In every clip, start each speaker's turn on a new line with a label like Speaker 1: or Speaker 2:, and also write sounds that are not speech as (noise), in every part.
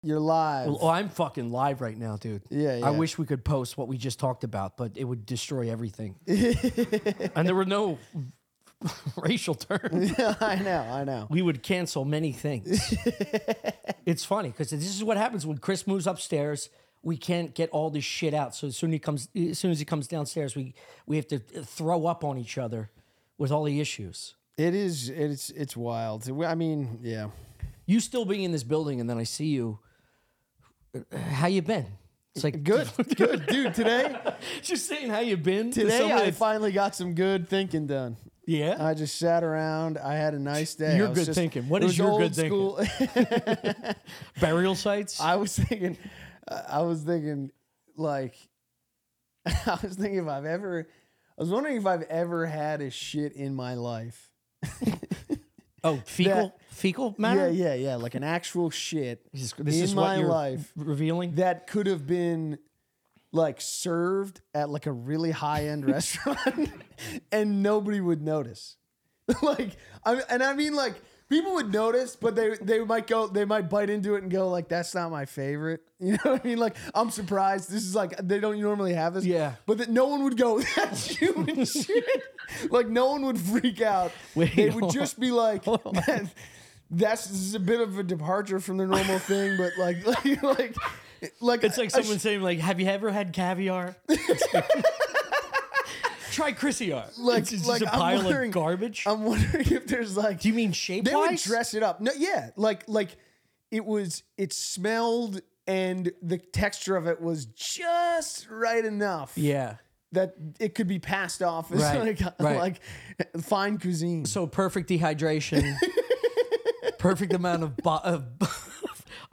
Speaker 1: You're live.
Speaker 2: Oh, I'm fucking live right now, dude.
Speaker 1: Yeah, yeah.
Speaker 2: I wish we could post what we just talked about, but it would
Speaker 1: (laughs)
Speaker 2: destroy everything. and there were no (laughs)
Speaker 1: (laughs)
Speaker 2: racial terms.
Speaker 1: I know, I know.
Speaker 2: We would cancel many
Speaker 1: (laughs)
Speaker 2: things. it's funny because this is what happens when Chris moves upstairs. We can't get all this shit out. So as soon he comes, as soon as he comes downstairs, we we have to uh, throw up on each other with all the issues.
Speaker 1: It is. It's it's wild. I mean, yeah.
Speaker 2: You still being in this building, and then I see you. Uh, How you been? It's like (laughs)
Speaker 1: Good, good, dude. Today,
Speaker 2: Just saying how you been to
Speaker 1: today
Speaker 2: somebody
Speaker 1: I
Speaker 2: that's-
Speaker 1: finally got some good thinking done.
Speaker 2: yeah.
Speaker 1: I just sat around. I had a nice day.
Speaker 2: Your
Speaker 1: I was
Speaker 2: good
Speaker 1: just-
Speaker 2: thinking. What
Speaker 1: it
Speaker 2: is
Speaker 1: was
Speaker 2: your
Speaker 1: old
Speaker 2: good thinking?
Speaker 1: school- (laughs)
Speaker 2: burial sites.
Speaker 1: I was thinking, I was thinking, like, (laughs) I was thinking if I've ever, I was wondering if I've ever had a shit in my life.
Speaker 2: oh, fecal fecal matter.
Speaker 1: Yeah, yeah, yeah. Like an actual shit
Speaker 2: This, this
Speaker 1: in
Speaker 2: is
Speaker 1: my
Speaker 2: what you're
Speaker 1: life
Speaker 2: revealing.
Speaker 1: that could have been like served at like a really high end (laughs) restaurant and nobody would notice. (laughs) like, I, and I mean, like, people would notice, but they, they might go, they might bite into it and go, like, that's not my favorite. (laughs) You know what I mean? Like, I'm surprised. This is like, they don't normally have this.
Speaker 2: Yeah.
Speaker 1: But that no one would go, (laughs) that's human shit. (laughs) like, no one would freak out.
Speaker 2: Wait,
Speaker 1: they would
Speaker 2: hold
Speaker 1: just be like, "Man, that's this is a bit of a departure from the normal thing, but like, (laughs) like, like, like
Speaker 2: it's like someone saying, like, "Have you ever
Speaker 1: (laughs)
Speaker 2: had caviar?" Try Chrissyar.
Speaker 1: Like-
Speaker 2: it's just
Speaker 1: like,
Speaker 2: a
Speaker 1: I'm
Speaker 2: pile
Speaker 1: wondering-
Speaker 2: of garbage.
Speaker 1: (laughs) I'm wondering if there's like,
Speaker 2: Do you mean shape
Speaker 1: they would
Speaker 2: wise?
Speaker 1: dress it up? No, yeah, like, like, it was, it smelled, and the texture of it was just right enough
Speaker 2: yeah.
Speaker 1: that it could be passed off as (laughs)
Speaker 2: Right,
Speaker 1: like,
Speaker 2: right.
Speaker 1: like fine cuisine.
Speaker 2: So perfect
Speaker 1: (laughs)
Speaker 2: dehydration, perfect amount of bo- of,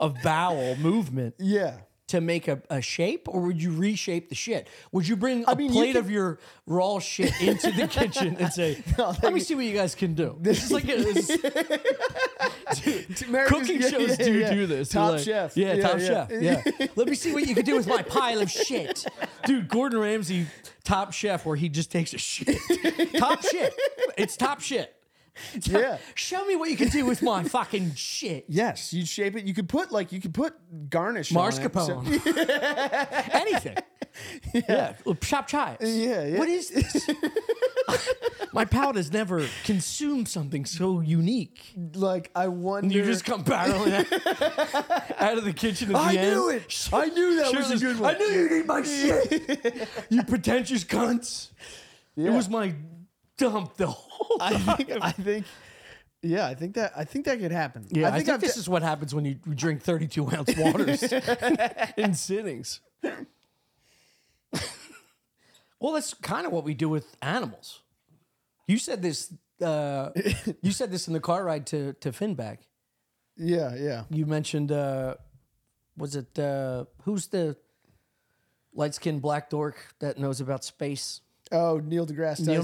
Speaker 2: of bowel movement
Speaker 1: yeah. (laughs)
Speaker 2: to make a, a shape, or would you reshape the shit? Would you bring a
Speaker 1: mean, you
Speaker 2: plate
Speaker 1: can-
Speaker 2: of your raw shit into
Speaker 1: (laughs)
Speaker 2: the kitchen and say, "Let me see what you guys can do"? This is like
Speaker 1: (laughs)
Speaker 2: a, this is-
Speaker 1: America's-
Speaker 2: cooking
Speaker 1: yeah,
Speaker 2: shows
Speaker 1: yeah,
Speaker 2: do
Speaker 1: yeah.
Speaker 2: do this. They're
Speaker 1: Top
Speaker 2: like,
Speaker 1: Chef.
Speaker 2: Yeah, Top
Speaker 1: yeah.
Speaker 2: Chef. Yeah. Let me see what you can do with my pile of shit. Dude, Gordon Ramsay, Top Chef, where he just takes a shit. top shit. It's top shit.
Speaker 1: Yeah.
Speaker 2: Show me what you can do with my fucking shit.
Speaker 1: (laughs) Yes, you'd shape it. You could put like you could put garnish on it. So-
Speaker 2: Marscapone.
Speaker 1: (laughs)
Speaker 2: Anything. Yeah. Well, Shop chives.
Speaker 1: Yeah, yeah.
Speaker 2: What is (laughs) this? my palate has never consumed something so unique.
Speaker 1: like I wonder.
Speaker 2: You just come barreling out, out (laughs) of the kitchen at
Speaker 1: I
Speaker 2: the end.
Speaker 1: knew it. I knew that
Speaker 2: Sure
Speaker 1: was a
Speaker 2: says,
Speaker 1: good one.
Speaker 2: I knew
Speaker 1: (laughs)
Speaker 2: you'd eat my shit. you pretentious cunts. It was my dump the whole time.
Speaker 1: I
Speaker 2: (laughs)
Speaker 1: think. I think. Yeah, I think that. I think that could happen.
Speaker 2: yeah, I think,
Speaker 1: I've
Speaker 2: this
Speaker 1: d-
Speaker 2: is what happens when you drink 32 (laughs) ounce waters in sittings. well, that's kind of what we do with animals. You said this. (laughs) Uh, you said this in the car ride to to Finback.
Speaker 1: Yeah, yeah.
Speaker 2: you mentioned uh was it uh who's the light skinned black dork that knows about space?
Speaker 1: Oh, Neil deGrasse Tyson.
Speaker 2: Neil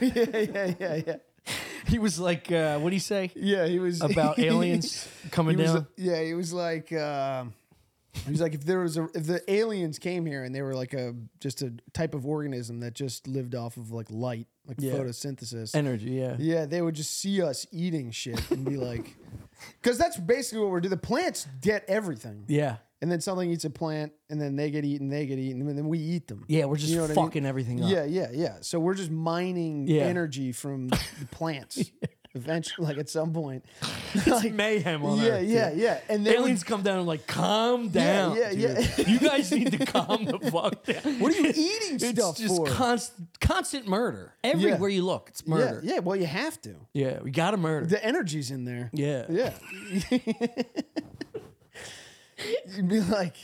Speaker 1: (laughs) yeah, Yeah, yeah, yeah, yeah,
Speaker 2: He was like uh what do you say?
Speaker 1: yeah. He was (laughs)
Speaker 2: About aliens coming
Speaker 1: he was-
Speaker 2: down.
Speaker 1: yeah, he was like. Um, he was like, if there was a, if the aliens came here and they were like a just a type of organism that just lived off of like light, like photosynthesis,
Speaker 2: Energy, yeah.
Speaker 1: Yeah, they would just see us eating shit and be like, (laughs) because that's basically what we're doing. The plants get everything,
Speaker 2: Yeah.
Speaker 1: and then something eats a plant, and then they get eaten, they get eaten, and then we eat them.
Speaker 2: Yeah, we're just
Speaker 1: know what I mean?
Speaker 2: fucking everything up. (laughs)
Speaker 1: yeah, yeah, yeah. So we're just mining
Speaker 2: Yeah.
Speaker 1: energy from the
Speaker 2: (laughs)
Speaker 1: plants. Eventually, like at some point, like,
Speaker 2: Mayhem on
Speaker 1: yeah,
Speaker 2: Earth,
Speaker 1: yeah,
Speaker 2: dude.
Speaker 1: yeah, and then
Speaker 2: Aliens come down and like calm down.
Speaker 1: yeah, yeah.
Speaker 2: dude. You guys need to calm the fuck
Speaker 1: (laughs)
Speaker 2: down.
Speaker 1: What are
Speaker 2: (laughs)
Speaker 1: you eating
Speaker 2: It's
Speaker 1: stuff
Speaker 2: just
Speaker 1: for?
Speaker 2: constant constant murder. Everywhere you look, it's
Speaker 1: yeah,
Speaker 2: murder. Yeah,
Speaker 1: yeah. Well, you have to.
Speaker 2: we gotta murder.
Speaker 1: The energy's in there.
Speaker 2: yeah.
Speaker 1: Yeah. (laughs) You'd be like,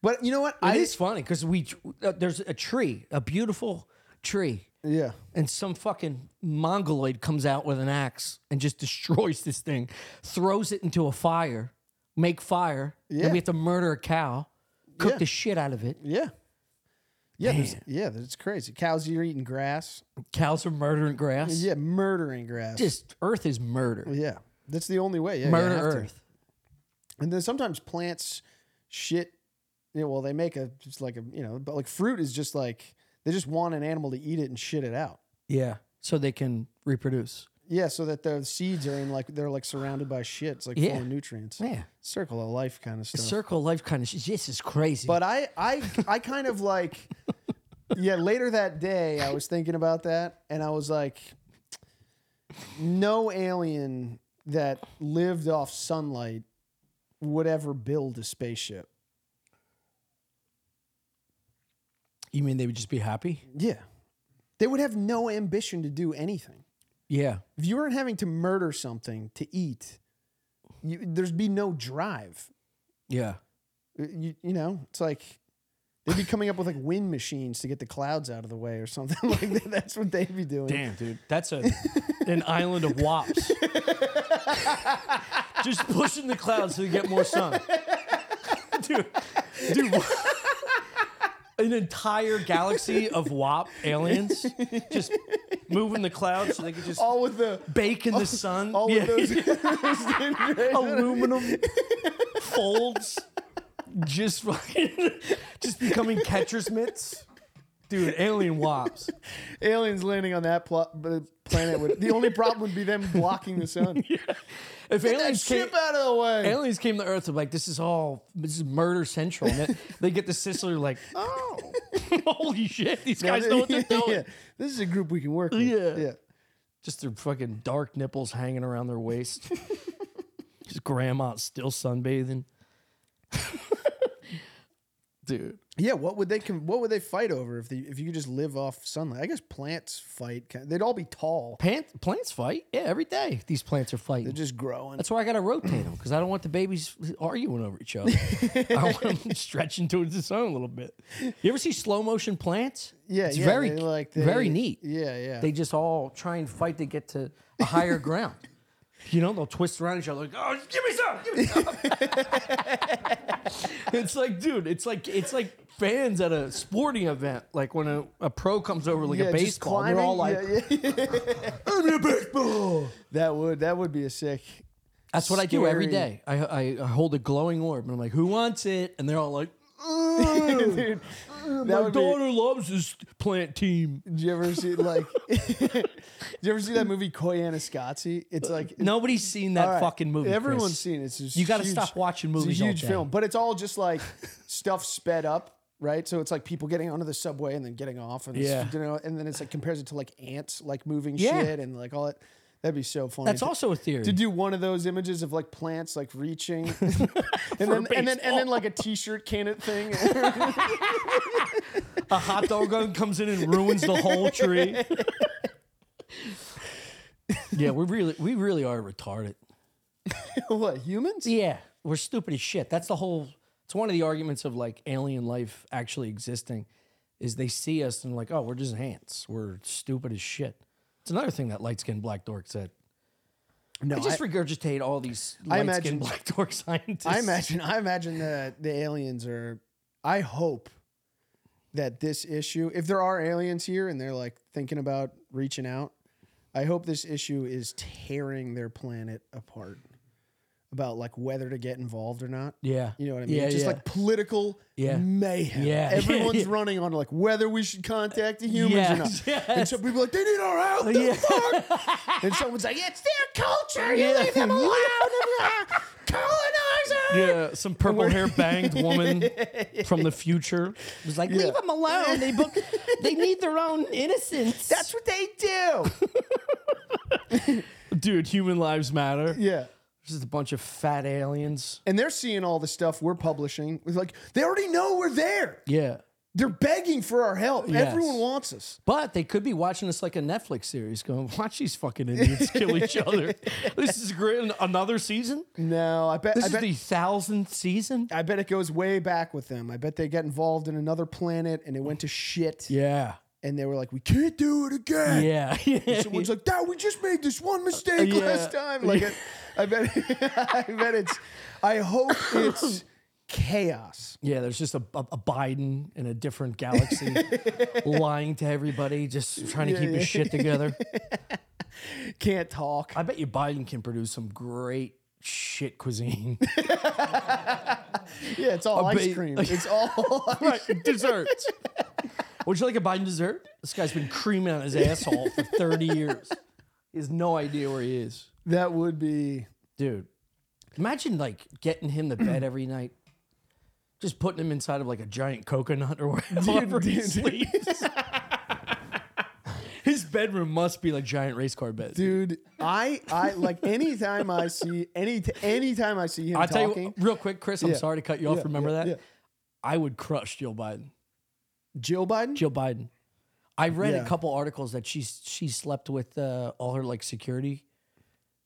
Speaker 1: but you know what?
Speaker 2: It is funny because we uh, there's a tree, a beautiful tree,
Speaker 1: yeah.
Speaker 2: and some fucking mongoloid comes out with an axe and just (laughs) destroys this thing, throws it into a fire, make fire,
Speaker 1: Yeah.
Speaker 2: and we have to murder a cow, cook
Speaker 1: Yeah.
Speaker 2: the shit out of it.
Speaker 1: Yeah. Yeah, there's,
Speaker 2: Man.
Speaker 1: yeah, it's crazy. Cows you're eating grass.
Speaker 2: Cows are murdering grass.
Speaker 1: Yeah, murdering grass.
Speaker 2: Just Earth is murder.
Speaker 1: yeah, that's the only way. Yeah, you
Speaker 2: Murder
Speaker 1: have to.
Speaker 2: Earth.
Speaker 1: And then sometimes plants shit. Yeah, well, they make a just like a you know, but like fruit is just like they just want an animal to eat it and shit it out.
Speaker 2: Yeah. So they can reproduce.
Speaker 1: Yeah, so that the seeds are in like they're like surrounded by shit. It's like
Speaker 2: Yeah.
Speaker 1: full of nutrients.
Speaker 2: Yeah.
Speaker 1: Circle of life kind of stuff.
Speaker 2: Circle of life kind of shit. This is crazy.
Speaker 1: But I I I kind of like yeah, later that day I was thinking about that and I was like no alien that lived off sunlight would ever build a spaceship.
Speaker 2: you mean they would just be happy?
Speaker 1: Yeah. They would have no ambition to do anything.
Speaker 2: Yeah.
Speaker 1: If you weren't having to murder something to eat, you, there'd be no drive.
Speaker 2: Yeah.
Speaker 1: you, you know, it's like they'd be coming up with like wind machines to get the clouds out of the way or something (laughs) like that. That's what they'd be doing.
Speaker 2: Damn, dude. That's a an island of wops. (laughs) Just pushing the clouds so you get more sun. (laughs) Dude. Dude. what- An entire galaxy of WAP aliens just moving the clouds so they could just
Speaker 1: All with the
Speaker 2: bake in the sun.
Speaker 1: all
Speaker 2: Yeah.
Speaker 1: (laughs) with those.
Speaker 2: (laughs) aluminum folds, just fucking, just becoming catcher's mitts. Dude, alien wops.
Speaker 1: aliens landing on that pl- planet would. The only problem would be them blocking the sun.
Speaker 2: (laughs) If
Speaker 1: Get that
Speaker 2: aliens came,
Speaker 1: ship out of the way.
Speaker 2: aliens came to Earth, they're like this is all this is murder central. And
Speaker 1: (laughs)
Speaker 2: then they get to Sicily, they're like, (laughs) oh, holy shit, these guys know what they're doing.
Speaker 1: (laughs) Yeah. This is a group we can work with.
Speaker 2: Yeah.
Speaker 1: yeah.
Speaker 2: Just their fucking dark nipples hanging around
Speaker 1: (laughs)
Speaker 2: their waist. just grandma still sunbathing. Dude.
Speaker 1: Yeah, what would they com- what would they fight over if the if you could just live off sunlight? I guess plants fight. ki- They'd all be tall.
Speaker 2: Plant, plants fight. Yeah, every day these plants are fighting.
Speaker 1: They're just growing.
Speaker 2: That's why I got to rotate them because I don't want the babies arguing over each other. I want
Speaker 1: (laughs)
Speaker 2: them stretching towards the sun a little bit. You ever see slow motion plants?
Speaker 1: Yeah,
Speaker 2: it's
Speaker 1: yeah,
Speaker 2: very
Speaker 1: they, like
Speaker 2: very
Speaker 1: they-
Speaker 2: neat.
Speaker 1: Yeah, yeah.
Speaker 2: They just all try and fight to get to a higher (laughs) ground. You know, they'll twist around each other like, "Oh, give me some, give me some." (laughs) it's like, dude, it's like it's like fans at a sporting event. Like when a, a pro comes over, like
Speaker 1: yeah,
Speaker 2: a
Speaker 1: just
Speaker 2: baseball, and they're all like,
Speaker 1: climbing. Yeah, yeah.
Speaker 2: (laughs) "Give me a baseball."
Speaker 1: that would that would be a sick.
Speaker 2: That's what I do every
Speaker 1: Scary.
Speaker 2: day. I, I, I hold a glowing orb and I'm like, who wants it? And they're
Speaker 1: (laughs)
Speaker 2: all like,
Speaker 1: Dude, that
Speaker 2: my
Speaker 1: would be,
Speaker 2: daughter loves this plant team.
Speaker 1: did you ever see like? (laughs) did you ever see that movie Koi Anascotsi? It's like
Speaker 2: Nobody's seen that
Speaker 1: all right,
Speaker 2: fucking movie.
Speaker 1: Everyone's
Speaker 2: Chris.
Speaker 1: seen it. It's just
Speaker 2: You gotta
Speaker 1: huge-
Speaker 2: stop watching movies
Speaker 1: It's a
Speaker 2: all
Speaker 1: huge
Speaker 2: day.
Speaker 1: film, but it's all just like (laughs) stuff sped up, right? So it's like people getting onto the subway and then getting off, and it's,
Speaker 2: Yeah.
Speaker 1: you know, and then it's like compares it to like ants like moving
Speaker 2: Yeah.
Speaker 1: shit and like all that. That'd be so funny.
Speaker 2: That's
Speaker 1: to-
Speaker 2: also a theory.
Speaker 1: to do one of those images of like plants like
Speaker 2: (laughs)
Speaker 1: reaching (laughs) and then and then and then like a t-shirt can it thing (laughs)
Speaker 2: a hot dog gun comes in and ruins the whole tree. yeah, we really we really are retarded.
Speaker 1: what humans
Speaker 2: Yeah, we're stupid as shit. That's the whole. It's one of the arguments of like alien life actually existing, is they see us and like, oh, we're just ants. We're stupid as shit. It's another thing that light skinned black dork said.
Speaker 1: no
Speaker 2: I just regurgitate all these light
Speaker 1: imagine-
Speaker 2: skinned black dork scientists.
Speaker 1: I, I imagine i imagine that the aliens are i hope that this issue if there are aliens here and they're like thinking about reaching out i hope this issue is tearing their planet apart about like whether to get involved or not
Speaker 2: Yeah.
Speaker 1: You know what I mean?
Speaker 2: Yeah,
Speaker 1: Just
Speaker 2: yeah.
Speaker 1: like political
Speaker 2: Yeah.
Speaker 1: mayhem.
Speaker 2: Yeah. (laughs)
Speaker 1: Everyone's
Speaker 2: Yeah.
Speaker 1: running on like whether we should contact the humans or not.
Speaker 2: Yes,
Speaker 1: And
Speaker 2: yes.
Speaker 1: some people are like, they need our help. the
Speaker 2: (laughs) Yeah.
Speaker 1: fuck?" and someone's like, it's their culture. You
Speaker 2: (laughs) Yeah.
Speaker 1: leave them alone. Colonizer.
Speaker 2: Yeah, some purple hair banged (laughs) woman from the future was like, "Leave them alone. They book. They need their own innocence."
Speaker 1: That's what they do.
Speaker 2: dude. Human lives matter.
Speaker 1: (laughs) yeah.
Speaker 2: Just a bunch of fat aliens.
Speaker 1: And they're seeing all the stuff we're publishing. It's like, they already know we're there.
Speaker 2: Yeah,
Speaker 1: They're begging for our help.
Speaker 2: Yes.
Speaker 1: Everyone wants us.
Speaker 2: But they could be watching this like a Netflix series, going, "Watch these fucking (laughs) Indians kill each other. This is great. An- Another season.
Speaker 1: No, I bet.
Speaker 2: This
Speaker 1: I
Speaker 2: is
Speaker 1: bet
Speaker 2: the thousandth season.
Speaker 1: I bet it goes way back with them. I bet they got involved in another planet and it went to shit.
Speaker 2: Yeah,
Speaker 1: And they were like, we can't do it again.
Speaker 2: yeah, (laughs)
Speaker 1: Someone's like, Dad, we just made this one mistake
Speaker 2: Yeah.
Speaker 1: last time. Like, it, I bet, (laughs) I bet it's, I hope (coughs) it's chaos.
Speaker 2: yeah. There's just a, a, a Biden in a different (laughs) galaxy, lying to everybody, just trying to keep his shit together.
Speaker 1: Can't talk.
Speaker 2: I bet you Biden can produce some great
Speaker 1: (laughs)
Speaker 2: shit cuisine,
Speaker 1: Yeah, it's all ice (laughs)
Speaker 2: ba-
Speaker 1: cream. It's
Speaker 2: (laughs)
Speaker 1: all
Speaker 2: right? Desserts. Would you like a Biden dessert? This guy's been creaming on his asshole for 30 years.
Speaker 3: He has no idea where he is.
Speaker 1: That would be
Speaker 2: dude. Imagine like getting him to bed every night, just putting him inside of like a giant coconut or whatever
Speaker 1: (laughs)
Speaker 2: he sleeps. His bedroom must be like giant race car beds.
Speaker 1: dude. I I like anytime I see any anytime I see him
Speaker 2: I tell
Speaker 1: talking.
Speaker 2: you real quick, Chris. I'm
Speaker 1: Yeah.
Speaker 2: sorry to cut you off.
Speaker 1: Yeah,
Speaker 2: Remember
Speaker 1: yeah,
Speaker 2: that?
Speaker 1: yeah.
Speaker 2: I would crush Jill Biden.
Speaker 1: Jill Biden.
Speaker 2: Jill Biden. I read
Speaker 1: Yeah.
Speaker 2: a couple articles that she's she slept with uh, all her like security.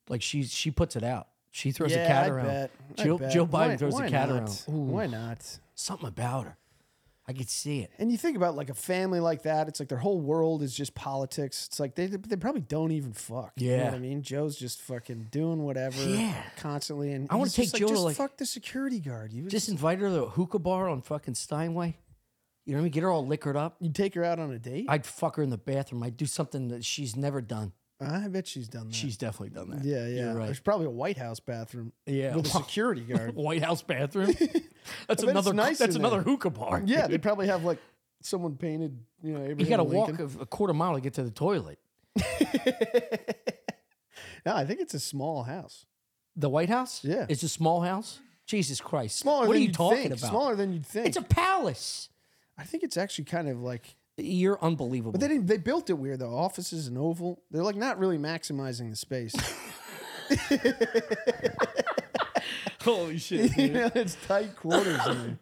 Speaker 2: Like she she puts it out. She throws a cat
Speaker 1: I
Speaker 2: around.
Speaker 1: bet. I
Speaker 2: Jill
Speaker 1: bet.
Speaker 2: Jill Biden
Speaker 1: Why-
Speaker 2: throws
Speaker 1: why
Speaker 2: a cat
Speaker 1: not?
Speaker 2: around.
Speaker 1: Why not?
Speaker 2: Something about her. I could see it.
Speaker 1: And you think about like a family like that. It's like their whole world is just politics. It's like they they probably don't even fuck. You know
Speaker 2: Yeah.
Speaker 1: what I mean, Joe's just fucking doing whatever.
Speaker 2: Yeah.
Speaker 1: Constantly, and
Speaker 2: I wanna
Speaker 1: he's just
Speaker 2: take Joe to,
Speaker 1: Just
Speaker 2: like-
Speaker 1: fuck the security guard. You
Speaker 2: Just invite her to a hookah bar on fucking Steinway. You know what I mean? Get her all liquored up.
Speaker 1: you take her out on a date. I,
Speaker 2: I'd fuck her in the bathroom. I'd do something that she's never done.
Speaker 1: bet she's done that.
Speaker 2: She's definitely done that.
Speaker 1: yeah, yeah.
Speaker 2: You're
Speaker 1: There's
Speaker 2: right.
Speaker 1: probably a White House bathroom.
Speaker 2: Yeah.
Speaker 1: with a security guard.
Speaker 2: (laughs) White House bathroom.
Speaker 1: it's
Speaker 2: That's another
Speaker 1: nice
Speaker 2: that's
Speaker 1: in
Speaker 2: another
Speaker 1: there.
Speaker 2: hookah bar.
Speaker 1: (laughs) Yeah, they probably have like someone painted. You know, Abraham
Speaker 2: You got to
Speaker 1: Lincoln.
Speaker 2: walk a, a quarter mile to get to the toilet.
Speaker 1: No, I think it's a small house.
Speaker 2: The White House?
Speaker 1: Yeah.
Speaker 2: It's a small house? Jesus Christ.
Speaker 1: Smaller
Speaker 2: what
Speaker 1: than
Speaker 2: are you
Speaker 1: you'd
Speaker 2: talking
Speaker 1: think.
Speaker 2: about?
Speaker 1: Smaller than you'd think.
Speaker 2: It's a palace.
Speaker 1: I think it's actually kind of like
Speaker 2: You're unbelievable. (laughs)
Speaker 1: But they didn't. They built it weird. The office is an oval. They're like not really maximizing the (laughs) space.
Speaker 3: Holy shit.
Speaker 1: you know, it's tight quarters in (laughs) there.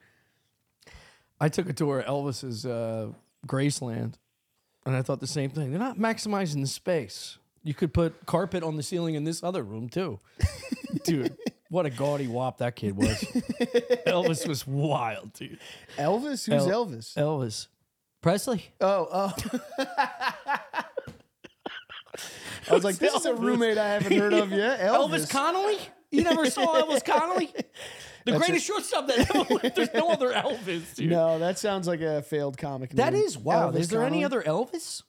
Speaker 3: I took a tour of Elvis's uh, Graceland, and I thought the same thing. They're not maximizing the space.
Speaker 2: you could put carpet on the ceiling in this other room (laughs) too.
Speaker 3: Dude,
Speaker 2: What a gaudy wop that kid (laughs) was.
Speaker 3: Elvis was wild, dude.
Speaker 1: Elvis, who's
Speaker 2: El-
Speaker 1: Elvis?
Speaker 2: Elvis. Presley?
Speaker 1: oh, oh. (laughs) I was like, this is a roommate I haven't heard of yet. (laughs) Elvis.
Speaker 2: Elvis Connolly? You never saw Elvis (laughs) Connolly? The greatest shortstop that ever lived. There's no other Elvis, dude.
Speaker 1: no, that sounds like a failed comic.
Speaker 2: That
Speaker 1: name.
Speaker 2: is wow.
Speaker 1: Elvis
Speaker 2: is there any
Speaker 1: Connolly?
Speaker 2: other Elvis?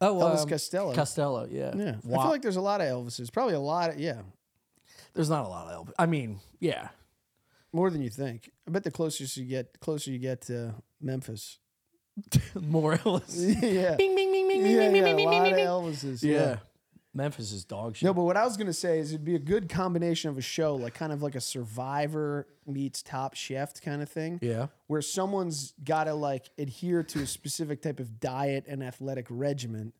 Speaker 2: Oh,
Speaker 1: Elvis
Speaker 2: um,
Speaker 1: Costello.
Speaker 2: Costello, yeah.
Speaker 1: Yeah, I
Speaker 2: Wow.
Speaker 1: feel like there's a lot of Elvises. Probably a lot. Of, yeah,
Speaker 2: There's not a lot of Elvis. I mean, yeah. (laughs)
Speaker 1: more than you think. I bet the closest you get, closer you get to Memphis.
Speaker 2: More Elvis.
Speaker 1: (laughs) yeah.
Speaker 2: Bing, bing, bing, bing, bing,
Speaker 1: Yeah,
Speaker 2: bing, bing,
Speaker 1: yeah, a
Speaker 2: bing, bing,
Speaker 1: lot
Speaker 2: bing,
Speaker 1: of
Speaker 2: bing.
Speaker 1: Elvises.
Speaker 2: Yeah. Memphis is dog shit.
Speaker 1: No, but what I was gonna say is it'd be a good combination of a show, like kind of like a Survivor meets Top Chef kind of thing,
Speaker 2: yeah.
Speaker 1: where someone's gotta like adhere to a specific type of diet and athletic regimen